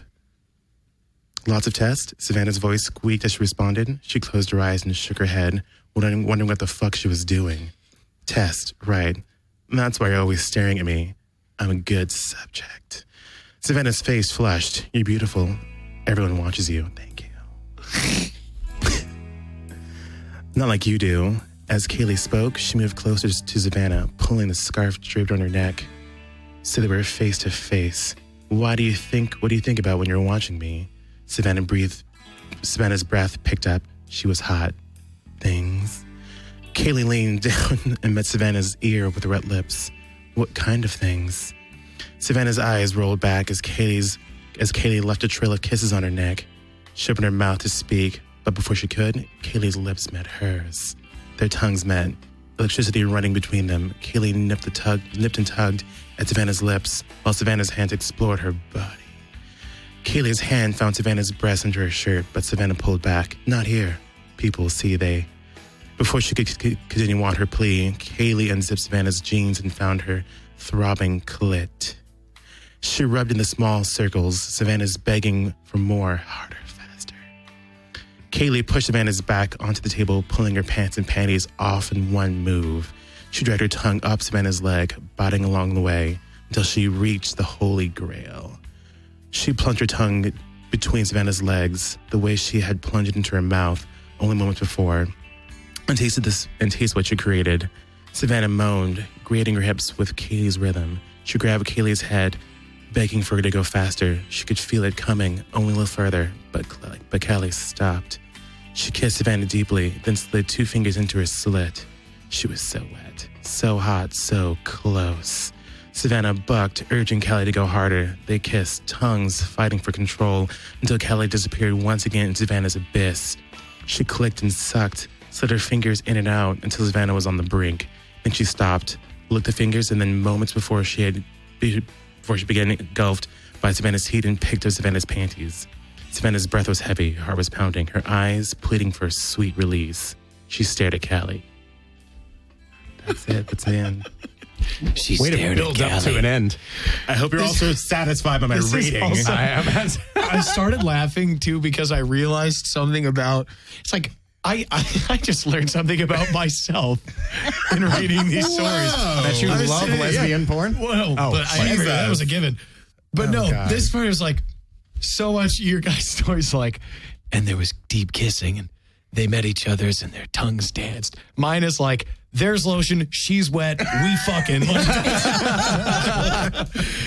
Lots of tests. Savannah's voice squeaked as she responded. She closed her eyes and shook her head, wondering, wondering what the fuck she was doing. Test, right. That's why you're always staring at me. I'm a good subject. Savannah's face flushed. You're beautiful. Everyone watches you. Thank you. <laughs> Not like you do. As Kaylee spoke, she moved closer to Savannah, pulling the scarf draped on her neck. So they were face to face. Why do you think? What do you think about when you're watching me? Savannah breathed. Savannah's breath picked up. She was hot. Things. Kaylee leaned <laughs> down and met Savannah's ear with wet lips. What kind of things? Savannah's eyes rolled back as Kaylee's as Kaylee left a trail of kisses on her neck. She opened her mouth to speak, but before she could, Kaylee's lips met hers. Their tongues met, electricity running between them. Kaylee nipped, the tug, nipped and tugged at Savannah's lips while Savannah's hands explored her body. Kaylee's hand found Savannah's breast under her shirt, but Savannah pulled back. Not here. People see they. Before she could c- continue on her plea, Kaylee unzipped Savannah's jeans and found her throbbing clit. She rubbed in the small circles, Savannah's begging for more, harder, faster. Kaylee pushed Savannah's back onto the table, pulling her pants and panties off in one move. She dragged her tongue up Savannah's leg, biting along the way until she reached the holy grail. She plunged her tongue between Savannah's legs, the way she had plunged it into her mouth only moments before, and tasted this and tasted what she created. Savannah moaned, grating her hips with Kaylee's rhythm. She grabbed Kaylee's head, begging for her to go faster. She could feel it coming, only a little further, but Cl- but Kaylee stopped. She kissed Savannah deeply, then slid two fingers into her slit. She was so wet, so hot, so close. Savannah bucked, urging Kelly to go harder. They kissed, tongues fighting for control, until Kelly disappeared once again in Savannah's abyss. She clicked and sucked, slid her fingers in and out until Savannah was on the brink. Then she stopped, looked at the fingers, and then moments before she had before she began engulfed by Savannah's heat and picked up Savannah's panties. Savannah's breath was heavy, her heart was pounding, her eyes pleading for a sweet release. She stared at Callie. That's it. That's the end. She Way to build up to an end. <laughs> I hope you're also satisfied by my is reading. <laughs> also- I am. <laughs> I started laughing too because I realized something about it's like I, I, I just learned something about myself in reading these stories. That you I was love sitting- lesbian yeah. porn? Well, Oh, but I Jesus. agree, that was a given. But no, God. this part is like so much <laughs> your guys' stories like, and there was deep kissing and they met each other's and their tongues danced. Mine is like, there's lotion, she's wet, we <laughs> fucking.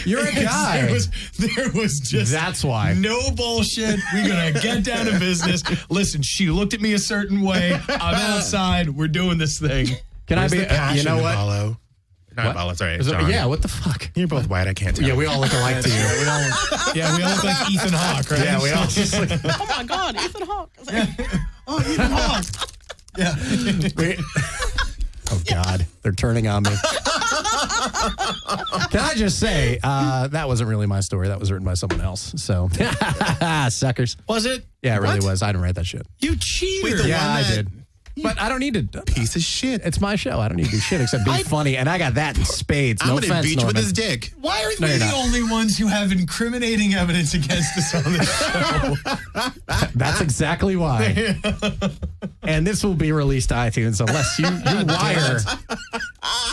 You're a guy. There was, there was just That's why. no bullshit. We're gonna get down to business. Listen, she looked at me a certain way. <laughs> I'm outside. We're doing this thing. Can I Where's be? uh, the passion you know in what? Apollo? Not Apollo, sorry. Is it- John. yeah. What the fuck? You're both white. I can't tell. Yeah, we all look alike to you. We all- Yeah, we all look like Ethan Hawke, right? Yeah, we all. Oh my God, Ethan Hawke. It's like, we- <laughs> oh God, they're turning on me. Can I just say uh, that wasn't really my story? That was written by someone else. So <laughs> suckers. Was it? Yeah, it really What? was. I didn't write that shit. You cheated. yeah, I did. But I don't need to. Piece of shit. It's my show. I don't need to do shit except be funny, and I got that in spades. I'm No gonna offense, beat you Norman. with his dick. Why are No, we you're the not. only ones who have incriminating evidence against us on this show? That's exactly <laughs> why. and this will be released to iTunes unless you, <laughs> you wire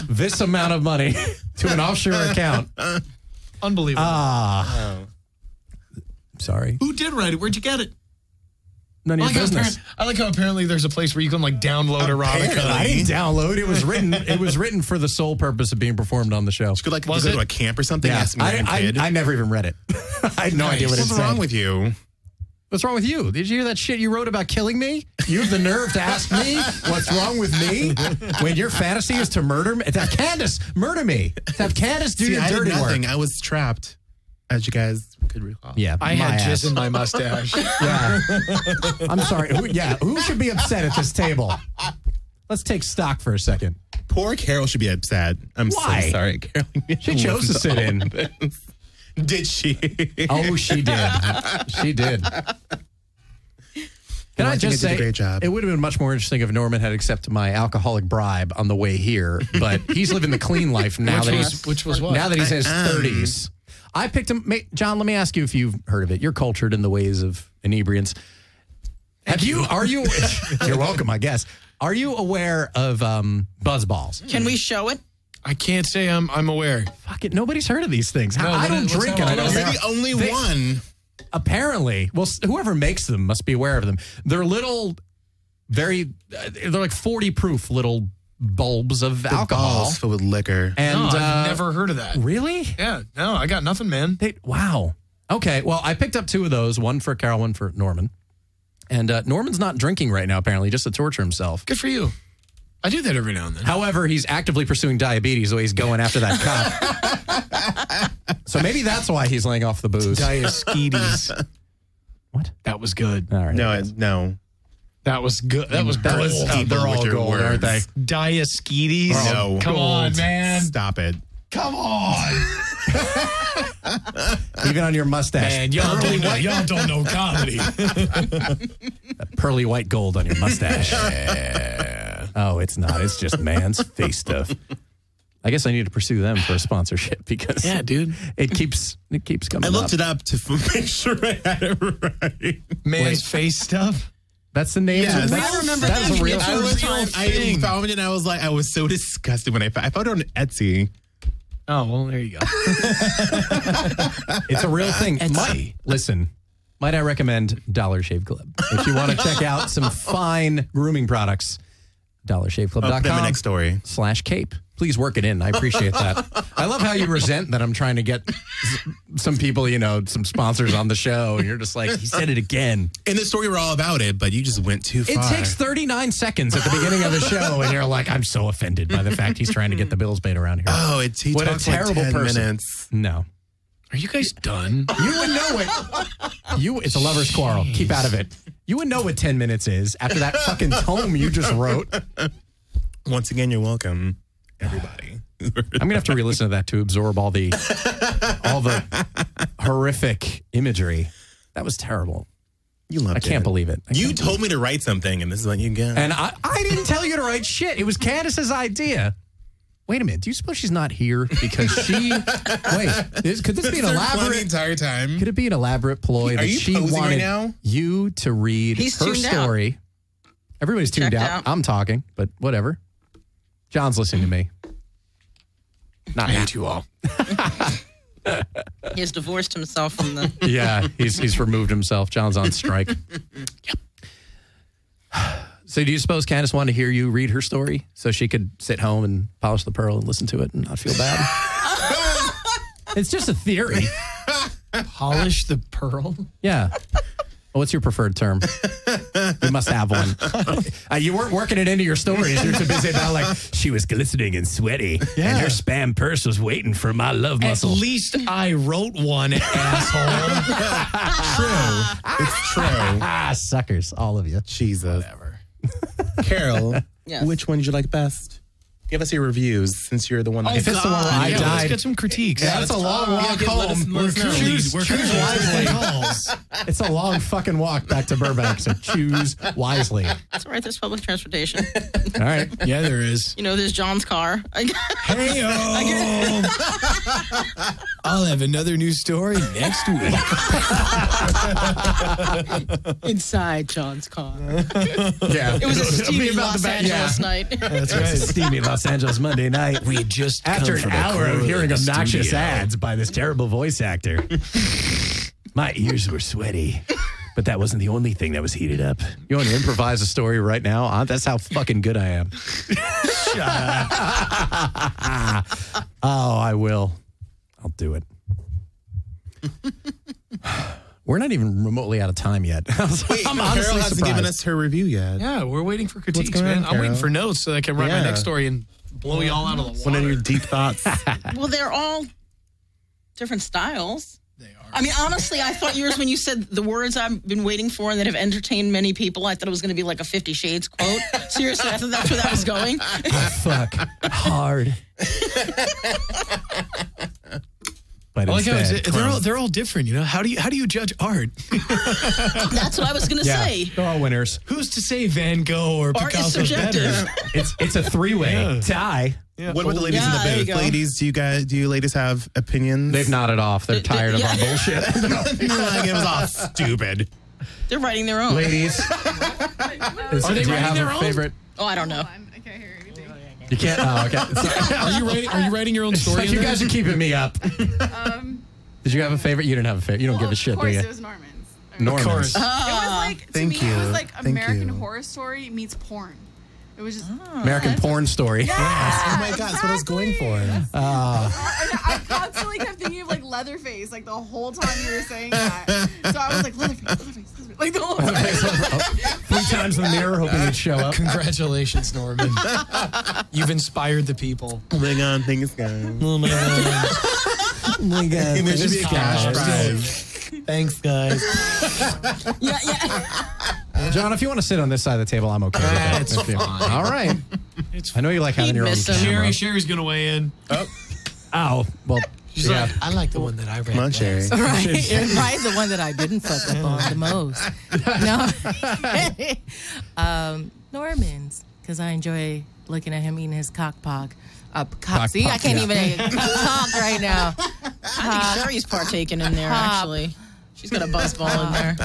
this amount of money <laughs> to an offshore account. Unbelievable. Sorry. who did write it? Where'd you get it? None of I like, your how business. apparent- I like how apparently there's a place where you can like download erotica. I didn't download. It was written. It <laughs> was written for the sole purpose of being performed on the show. Go like Was go it? to a camp or something. Yeah. Ask me, I, I'm I, kid. I never even read it. <laughs> I had no idea what it What's wrong said. with you? What's wrong with you? Did you hear that shit you wrote about killing me? You have the nerve to ask me what's wrong with me when your fantasy is to murder me? To have Candace murder me? To have Candace do See, your I did dirty work? nothing. I was trapped, as you guys could recall. Yeah, I had my ass. jizz in my mustache. Yeah. I'm sorry. Who, yeah, who should be upset at this table? Let's take stock for a second. Poor Carol should be upset. I'm Why? so sorry, Carol. <laughs> She chose to sit in. Did she? Oh, she did. She did. Can Well, I I think just I say, did a great job. it would have been much more interesting if Norman had accepted my alcoholic bribe on the way here, <laughs> but he's living the clean life now Which that was- he's which was what? now that he's in his I am. thirties. I picked him, ma- John. Let me ask you if you've heard of it. You're cultured in the ways of inebriants. Have you? Are <laughs> you? you're welcome. I guess. Are you aware of um, buzz balls? Can we show it? <laughs> I can't say I'm I'm aware. Fuck it, nobody's heard of these things. I what don't is- what's drink, that and I all don't. about? You're know. the only They- one. apparently well s- whoever makes them must be aware of them they're little very uh, they're like 40 proof little bulbs of alcohol Balls filled with liquor. and No, uh, I've never heard of that. really Yeah, no, I got nothing, man. they, wow okay well i picked up two of those one for carol one for norman and uh, norman's not drinking right now apparently just to torture himself Good for you. I do that every now and <laughs> then. however he's actively pursuing diabetes the way he's going after that cop <laughs> so maybe that's why he's laying off the booze Dioscides. What? That was good. all right no, it- no. That was good. That was That was gold. <laughs> deep. they're all With your gold aren't they words. Dioscides. No. Come on, man. Stop it. Come on. <laughs> even on your mustache And y'all don't know, y'all don't know comedy. <laughs> pearly white gold on your mustache. Oh, it's not. It's just man's face stuff. I guess I need to pursue them for a sponsorship because dude. it keeps it keeps coming. I up. looked it up to f- make sure I had it right. Man's face stuff. That's the name. Yeah, that's, I remember that's that. a real. It's I a was real I thing. found it and I was like, I was so disgusted when I found I found it on Etsy. Oh, well, there you go. It's a real thing. Might, listen, might I recommend Dollar Shave Club if you want to check out some fine grooming products? Oh, put it in my DollarShaveClub.com. next story. slash cape. Please work it in. I appreciate that. I love how you resent that I'm trying to get s- some people, you know, some sponsors on the show. And you're just like, he said it again. In the story, we're all about it, but you just went too It far. takes 39 seconds at the beginning of the show. And you're like, I'm so offended by the fact he's trying to get the bills paid around here. Oh, it he What a talks like terrible 10 person. minutes. No. Are <laughs> you guys done? You would know it. You, it's a lover's quarrel. Keep out of it. You would know what 10 minutes is after that <laughs> fucking tome you just wrote. Once again, you're welcome, everybody. I'm gonna have to re-listen to that to absorb all the all the horrific imagery. That was terrible. you love I can't believe it. I You can't- told me to write something, and this is what you get. and I, I didn't tell you to write shit. It was Candace's idea. Wait a minute. Do you suppose she's not here because she? wait, this, could this be an They're fun the elaborate? entire time. Could it be an elaborate ploy that you she posing right wanted now? you to read He's her tuned out. story? Everybody's tuned Checked out. out. I'm talking, but whatever. John's listening to me. Not I hate you all. He's divorced himself from the. <laughs> yeah, he's he's removed himself. John's on <laughs> strike. So do you suppose Candace wanted to hear you read her story so she could sit home and polish the pearl and listen to it and not feel <laughs> bad? it's just a theory. Polish the pearl. Yeah. What's your preferred term? You must have one. Uh, you weren't working it into your stories. You're too busy about like she was glistening and sweaty, and her spam purse was waiting for my love At muscle. least I wrote one, <laughs> asshole. It's <laughs> true. ah, suckers, all of you. Jesus. Carol, Yes. which one did you like best? Give us your reviews since you're the one that If it's the one where I Yeah, died, Let's get some critiques. that's a long walk let us- home. let us know. Choose, We're choose confused. wisely. it's a long fucking walk back to Burbank, so choose wisely. All That's right. There's public transportation. right. Yeah, there is. You know, there's John's car. <laughs> Hey, I'll have another new story next week. Inside John's car. Yeah. It was a steamy about the Los back- Angeles yeah. night. That's right. steamy Los Angeles Monday night. We had just come After an from a hour of cruise hearing obnoxious studio. ads by this terrible voice actor, my ears were sweaty. But that wasn't the only thing that was heated up. You want to improvise a story right now? Uh, That's how fucking good I am. oh, I will. I'll do it. <sighs> We're not even remotely out of time yet. <laughs> I'm honestly Carol hasn't given surprised. us her review yet. Yeah, we're waiting for critiques, going on, man. I'm waiting Carol? for notes so that I can write my Yeah. next story and blow y'all out of the One of your water. deep thoughts. Well, they're all different styles. They are. I mean, honestly, I thought yours when you said the words I've been waiting for and that have entertained many people. I thought it was going to be like a Fifty Shades quote. Seriously, I thought that's where that was going. fuck hard. but I like how it's, instead, they're all they're all different, you know. How do you how do you judge art? <laughs> That's what I was going to yeah, say. they're all winners. Who's to say Van Gogh or Art is Picasso's subjective. better? It's it's a three way tie. What about the ladies Yeah, there in the you booth? go. Ladies, do you guys do you ladies have opinions? They've nodded off. They're tired of our yeah. bullshit. <laughs> <laughs> like it was all stupid. They're writing their own. Ladies, Are they do you writing have their a own? favorite? Oh, I don't know. You can't. Oh, <laughs> okay. Sorry. Are you writing Are you writing your own It's story? like in you there? guys are keeping me up. Um, <laughs> Did you have a favorite? You didn't have a favorite. You don't give a shit, do you? was Norman's. Oh, Norman's. course. it was like to Thank me, it you. was like Thank American you. Horror Story meets porn. It was just. American porn story. Ah, Oh my god, that's what I was going for. and I constantly kept thinking of like Leatherface, like the whole time you were saying that. So I was like Leatherface, Leatherface, Leatherface, like the whole time. Three times in the mirror, hoping you'd show up. Congratulations, Norman. You've inspired the people. Bring on things, guys. Oh my god. Oh my God. There should be a cash Stop. prize. Thanks, guys. Yeah, yeah. John, if you want to sit on this side of the table, I'm okay. With that. If you- All right. It's I know you like having He'd your own miss him. camera. Sherry, Sherry's gonna weigh in. Oh, well, She's yeah. like, I like the one that I read. Come on, Sherry. Right, right. The one that I didn't fuck up on the most. No, <laughs> um, Norman's because I enjoy looking at him eating his cock pog. Uh, cock, Cock see, pog, I can't yeah. even talk right now. I think Sherry's Uh, partaking in there, actually. She's got a buzz ball in there.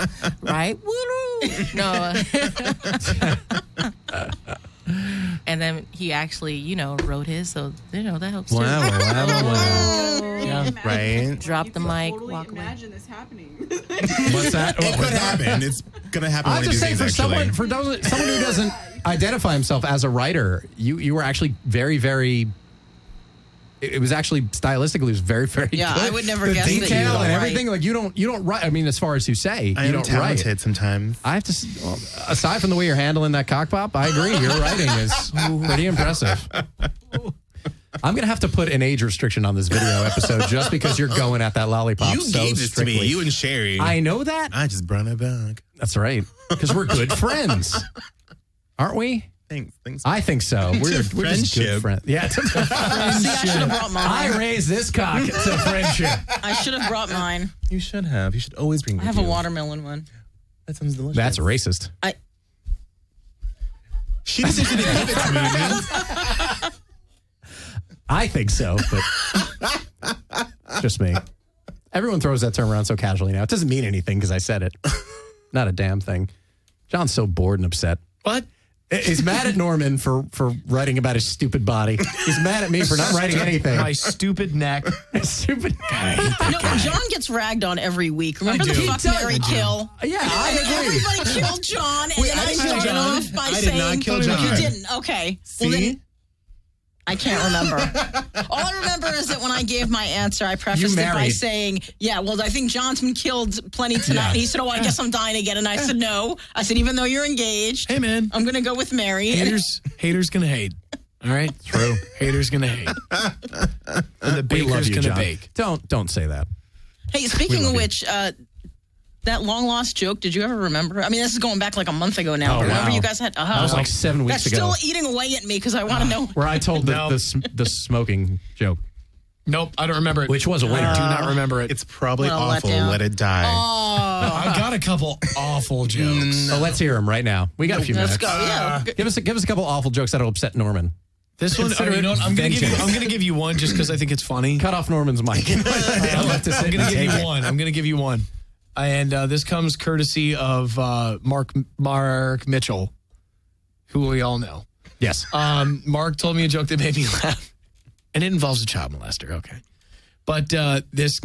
Right? Woo-roo. <laughs> No. and then he actually, you know, wrote his, so you know that helps. Wow, Too. wow, wow, <laughs> wow. <laughs> Right? Drop You the can mic, Totally walk away. imagine this happening. What's that? It could happen. It's gonna happen. I'm when I just do saying, for things, someone, actually. for those- someone who doesn't identify himself as a writer, you you were actually very, very. It it was actually stylistically, it was very, very Yeah, good. I would never the guess that you detail don't and write. everything. Like you don't, you don't write. I mean, as far as you say, I you am don't talented write. sometimes. I have to. s- Well, aside from the way you're handling that cock pop, I agree. Your writing is pretty impressive. I'm gonna have to put an age restriction on this video episode just because you're going at that lollipop. you so gave this strictly. to me. You and Sherry. I know that. I just brought it back. That's right. Because we're good friends, aren't we? Thanks. Thanks. I think so. We're, To we're just good friendship. friends. Yeah. <laughs> See, I should have brought I mine. raise this cock to friendship. I should have brought mine. you should have. You should always bring. I have a watermelon one. That sounds delicious. That's racist. I She just didn't give it to me. man. I think so, but just me. Everyone throws that term around so casually now. It doesn't mean anything because I said it. Not a damn thing. John's so bored and upset. What? He's mad at Norman for for writing about his stupid body. He's mad at me for not writing anything. <laughs> My stupid neck. stupid. No, John gets ragged on every week. Remember I the do. fuck He does. Mary kill? Yeah, And I agree. everybody killed John, and then I I, didn't kill started John. off by I did saying not kill John. you didn't. Okay. See? Well then I <laughs> can't remember. All I remember is that when I gave my answer, I prefaced it by married. saying, "Yeah, well, I think John's been killed plenty tonight." Yeah. And he said, "Oh, I guess I'm dying again," and I said, "No." I said, "Even though you're engaged, hey man, I'm gonna go with Mary." And haters haters gonna hate. All right, true. Haters gonna hate. And the We baker's love you, gonna John. bake. Don't don't say that. Hey, speaking of which, uh, that long lost joke, did you ever remember? I mean, this is going back like a month ago now. Oh, but Remember wow. you guys had. Uh, That was like seven weeks That's ago, Ah, still eating away at me because I want to know. where I told the, the sm- the smoking joke, Nope, I don't remember it. Uh, which was a winner. do not remember it. Uh, It's probably Well, let awful. down. Oh. Let it die. Oh, I've got a couple <laughs> awful jokes. So Oh, let's hear him right now. We got a few Let's minutes. Ah, go. Yeah. Give us a, give us a couple awful jokes that'll upset Norman. This one, Consider oh, you know what? I'm gonna give you. vengeance. I'm gonna give you one just because I think it's funny. Cut off Norman's <laughs> mic. I'll have to sit I'm gonna and give take you it. one. I'm gonna give you one, and uh, this comes courtesy of uh, Mark Mark Mitchell, who we all know. Yes. Um, Mark told me a joke that made me <laughs> laugh, and it involves a child molester. Okay, but uh, this <laughs>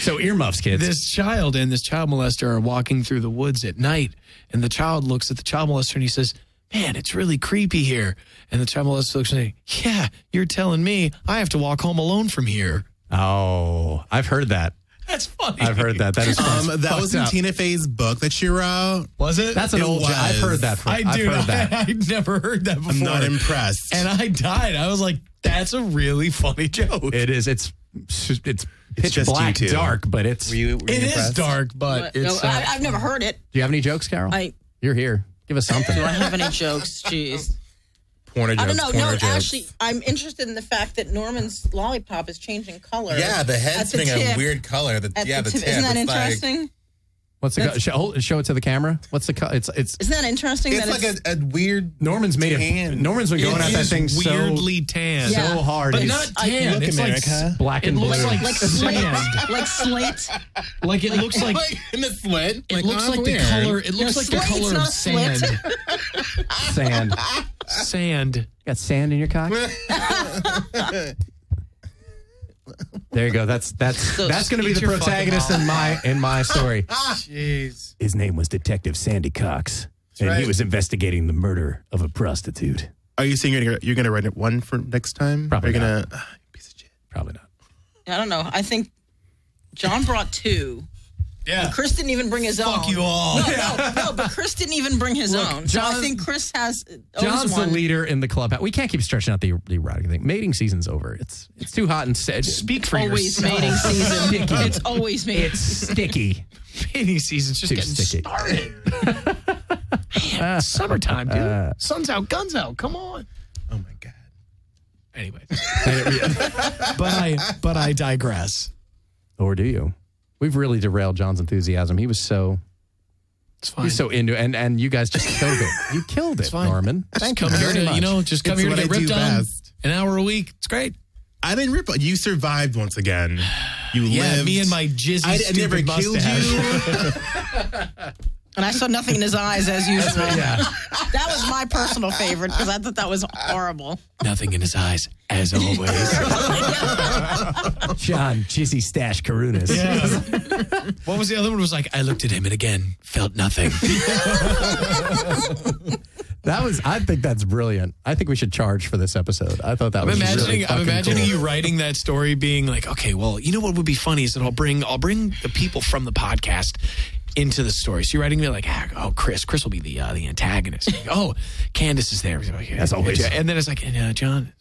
So earmuffs, kids. this child and this child molester are walking through the woods at night, and the child looks at the child molester and he says, "Man, it's really creepy here." And the child molester looks at me, "Yeah, you're telling me I have to walk home alone from here." oh, I've heard that. That's funny. I've heard that. That is. Um, fun. that was in up. Tina Fey's book that she wrote. Was it? That's an It old. joke. was. I've heard that. From, I have do. heard <laughs> that. I, would never heard that before. I'm not impressed. And I died. I was like, "That's a really funny joke." It is. It's it's pitch just you black, two. dark, but it's. Were you- were you it is impressed? dark, but, No, it's. uh, uh, I, I've never <laughs> heard it. do you have any jokes, Carol? I You're here. Give us something. do I have any jokes? Jeez, Porno jokes. I don't know. porno No, jokes. actually, I'm interested in the fact that Norman's lollipop is changing color. Yeah, the head's At the been a tip. weird color. The, At yeah, the the tip. tip. Isn't that It's like- interesting? What's the co- show, hold- show it to the camera? What's the co- it's it's Isn't that interesting? it's that like a, a weird. Norman's made it. Tan. Norman's been going It at that is thing weirdly tan. so Yeah. so hard. But It's not tan. Look, it's America. like black it and blue. looks like sand. <laughs> slate, like slate. like it looks like <laughs> in the slit. it looks oh, like the weird. color. It looks No, like the slate's color of not slit. <laughs> sand. sand. <laughs> sand. Got sand in your <laughs> cock. there you go. That's that's that's going to be eat the your fucking protagonist ball. in my in my story. <laughs> Jeez. His name was Detective Sandy Cox, and right. was investigating the murder of a prostitute. Are you saying you're gonna, you're gonna write one for next time? Probably You're gonna ah, piece of shit. Probably not. I don't know. I think John brought two. Yeah. Chris didn't even bring his own. Fuck you all. No, <laughs> no, no, but Chris didn't even bring his own. so I John- think Chris has Oh, owns John's the one. leader in the clubhouse. We can't keep stretching out the, the erotic thing. Mating season's over. It's it's too hot and sad. Speak for Always yourself. <laughs> mating <laughs> season. Sticky. it's always mating. It's sticky. Mating season's just Too getting sticky. started. Man, it's summertime, dude. Sun's out, guns out. Come on. Uh, Oh my god. Anyways, <laughs> but I but I digress. Or do you? We've really derailed John's enthusiasm. He was so It's fine. he's so into and and you guys just killed it. <laughs> You killed it, fine. Norman. Thank come you here very to, much. you know, just come It's here to what get I do ripped on best. an hour a week. It's great. I didn't rip. You survived once again. You Yeah, lived. me and my jizzy I, I stupid never killed mustache. you. And I saw nothing in his eyes as <laughs> usual. <laughs> That was my personal favorite because I thought that was horrible. Nothing in his eyes, <laughs> as always. John Jizzy Stash Karunas. <laughs> what was the other one? It was like I looked at him and again felt <laughs> nothing. That was I think that's brilliant. I think we should charge for this episode. I thought that I'm was really imagining I'm fucking imagining cool. you writing that story being like, okay, well, you know what would be funny is that I'll bring I'll bring the people from the podcast into the story. So you're writing me like, ah, oh, Chris, Chris will be the uh, the antagonist. Like, oh, Candace is there. Like, yeah, As always. yeah. And then it's like, and, uh, John.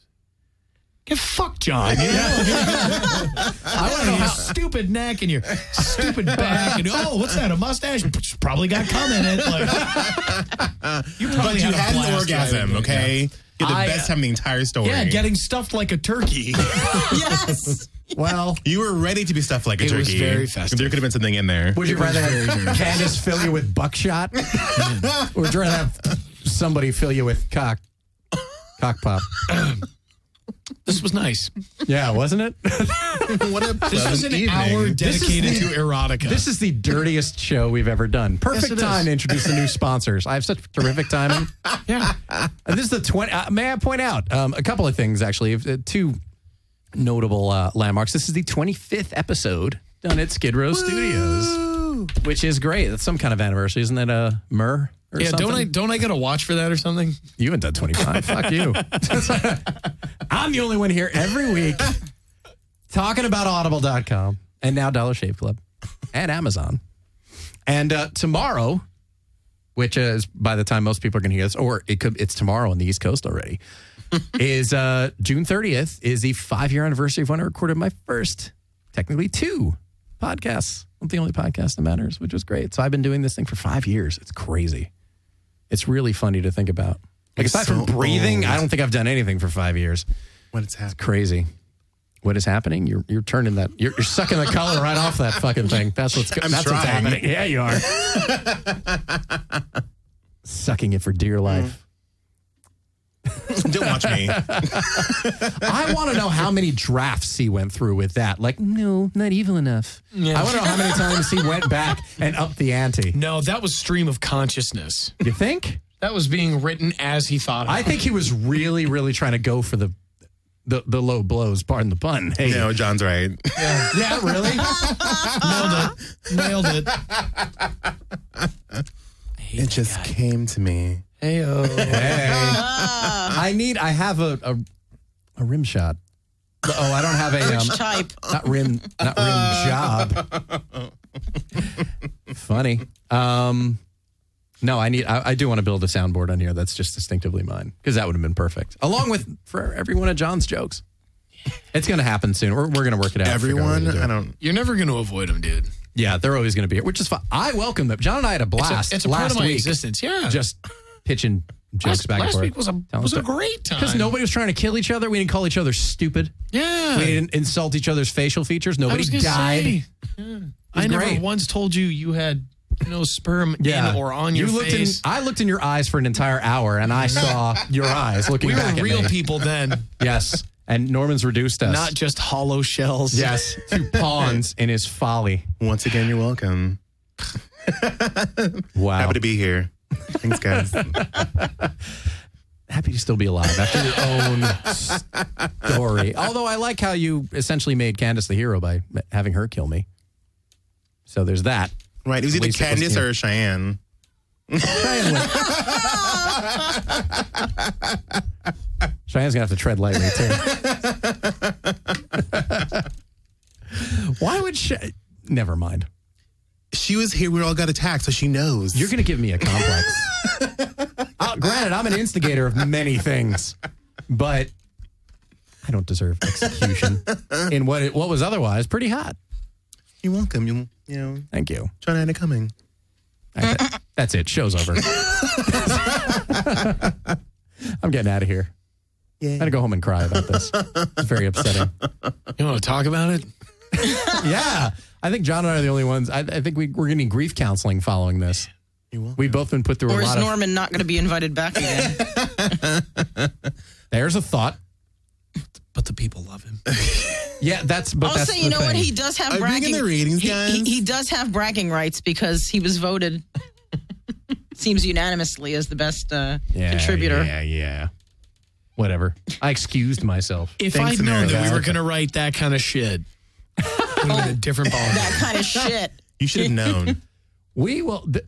Yeah, fuck John. You know? <laughs> I want to know how stupid neck and your stupid back and oh, what's that? A mustache? Probably got cum in <laughs> it. Like, you probably But you a had an blast orgasm. writing it. Okay. You're the I, best time in the entire story. Yeah, getting stuffed like a turkey. <laughs> Yes. Well, You were ready to be stuffed like a It turkey. was very festive. There could have been something in there. would you rather have Candace fill you with buckshot? or would you rather have somebody fill you with cock cock pop? This was <laughs> nice. Yeah, wasn't it? <laughs> what a This was an evening. hour This is dedicated to erotica. This is the dirtiest show we've ever done. Perfect it time is. to introduce the new sponsors. I have such terrific timing. Yeah. And this is the 20. Uh, may I point out um, a couple of things, actually, if- uh, two notable uh, landmarks. This is the 25th episode done at Skid Row Studios, which is great. That's some kind of anniversary, isn't it, uh, Myrrh? Or yeah, something? don't I don't I get a watch for that or something? You haven't done 25. Fuck you. I'm the only one here every week talking about audible.com and now Dollar Shave Club and Amazon. And uh, tomorrow, which is by the time most people are going to hear this, or it could it's tomorrow on the East Coast <laughs> already, is uh, June 30th is the five year anniversary of when I recorded my first, technically two podcasts. I'm the only podcast that matters, which was great. So I've been doing this thing for five years. It's crazy. It's really funny to think about. Like It's aside from so breathing, old. I don't think I've done anything for five years. When it's happening. Crazy. What is happening? You're you're turning that. You're, you're sucking the color right off that fucking thing. That's what's that's what's trying. happening. Yeah, you are. <laughs> sucking it for dear life. <laughs> Don't watch me. <laughs> I want to know how many drafts he went through with that. Like, no, not evil enough. I want to know how many times he went back and up the ante. No, that was stream of consciousness. You think? That was being written as he thought. Of I it. think he was really, really trying to go for the the, the low blows. Pardon the pun. Hey, No, John's right. yeah, <laughs> really. <laughs> nailed it. It just came to me. Hey. I need. I have a a, a rim shot. Oh, I don't have a um, type. not rim not rim job. Funny. Um, no, I need. I, I do want to build a soundboard on here that's just distinctively mine because that would have been perfect, along with for every one of John's jokes. It's going to happen soon. We're, we're going to work it out. figure out what Everyone, to do. I don't. You're never going to avoid him, dude. Yeah, they're always going to be here, which is fine. I welcome them. John and I had a blast. It's a, it's a last part of my week, existence. Yeah. just pitching jokes last, back and last forth. week was a Telling was a stories. great time. Because nobody was trying to kill each other. We didn't call each other stupid. Yeah. We didn't insult each other's facial features. I Nobody was gonna died. say, yeah. I never great. once told you you had no sperm in or on your you looked face. In, I looked in your eyes for an entire hour, and I <laughs> saw your eyes looking we back were at real me. people then, <laughs> Yes, and Norman's reduced us. not just hollow shells. yes to pawns in his folly. Once again, you're welcome. Wow. Happy to be here. Thanks, <laughs> guys. happy to still be alive after your own story. Although I like how you essentially made Candace the hero by having her kill me. So there's that. right. It was either Lisa was Candace here. or Cheyenne. <laughs> Cheyenne's gonna have to tread lightly too. <laughs> Why would she? Never mind. She was here. We all got attacked, so she knows. You're gonna give me a complex. Uh, granted, I'm an instigator of many things, but I don't deserve execution in what it, what was otherwise pretty hot. You're welcome. You, you know, Thank you. John Anna coming. That's it. Show's over. I'm getting out of here. I gotta go home and cry about this. It's very upsetting. You want to talk about it? Yeah, I think John and I are the only ones. I, I think we, we're getting grief counseling following this. We've both been put through Or a is lot of. Norman not going to be <laughs> invited back again? There's a thought. But the people love him. Yeah, that's. But also, that's you the know thing. what? He does Are have we bragging. getting the ratings, he, he, guys? he does have bragging rights because he was voted. <laughs> seems unanimously as the best uh, Yeah, contributor. Yeah, yeah. Whatever. I excused <laughs> myself. If Thanks, I'd known America. that we were going to write that kind of shit, it would have been a different ballgame. That kind of shit. You should have <laughs> known. We will. Th-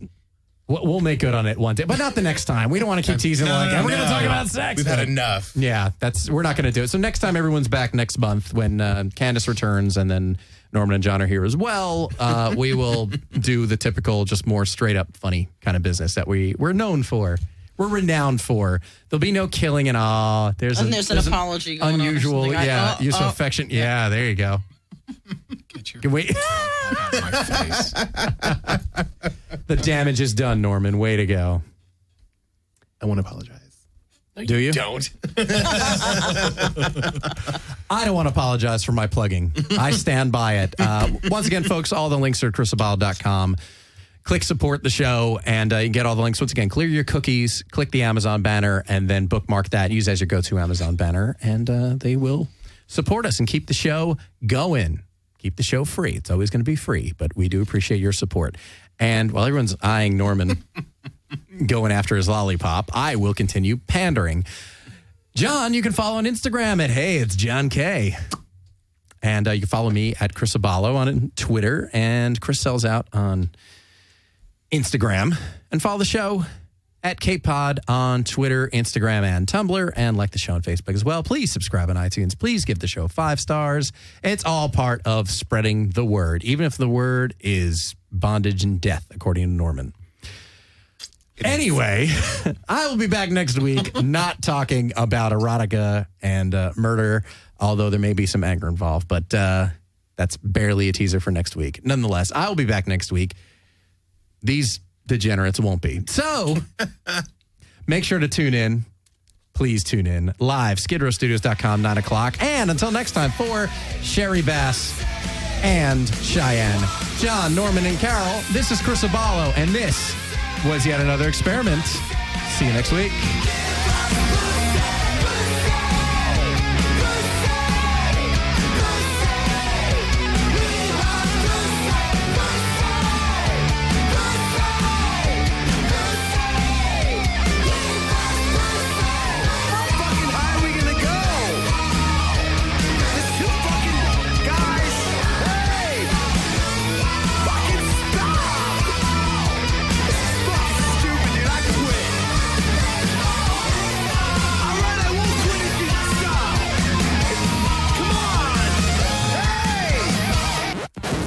we'll we'll make good on it one day, but not the next time. We don't want to keep teasing. like we're going to talk about sex. We've had enough. Yeah, that's we're not going to do it. So next time everyone's back next month when uh, Candace returns, and then Norman and John are here as well. Uh, we will <laughs> do the typical, just more straight up funny kind of business that we we're known for. We're renowned for. There'll be no killing and all. There's And a- there's an apology going on or unusual, something. I- yeah, oh, use of oh. affection. Yeah, there you go. Can we? <laughs> My <laughs> face. the damage is done, Norman. Way to go. I want to apologize. Do you? Don't. I don't want to apologize for my plugging. I stand by it. Uh, once again, folks, all the links are chrisabal.com. click support the show and uh, you get all the links. Once again, clear your cookies, click the Amazon banner, and then bookmark that. Use as your go to Amazon banner, and uh, they will support us and keep the show going. Keep the show free. It's always going to be free, but we do appreciate your support. And while everyone's eyeing Norman going after his lollipop, I will continue pandering. John, you can follow on Instagram at Hey, it's John K. And uh, you can follow me at Chris Abalo on Twitter and Chris Sells Out on Instagram. And follow the show at KPod on Twitter, Instagram, and Tumblr. And like the show on Facebook as well. Please subscribe on iTunes. Please give the show five stars. It's all part of spreading the word, even if the word is bondage and death, according to Norman. Anyway, <laughs> I will be back next week not talking about erotica and uh, murder, although there may be some anger involved, but uh, that's barely a teaser for next week. Nonetheless, I will be back next week. These degenerates won't be. So make sure to tune in. Please tune in live, skidrowstudios.com, 9 o'clock. And until next time, for Sherry Bass and Cheyenne, John, Norman, and Carol, this is Chris Abalo, and this was yet another experiment. See you next week.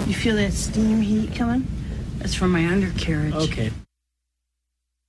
You feel that steam heat coming? That's from my undercarriage. Okay.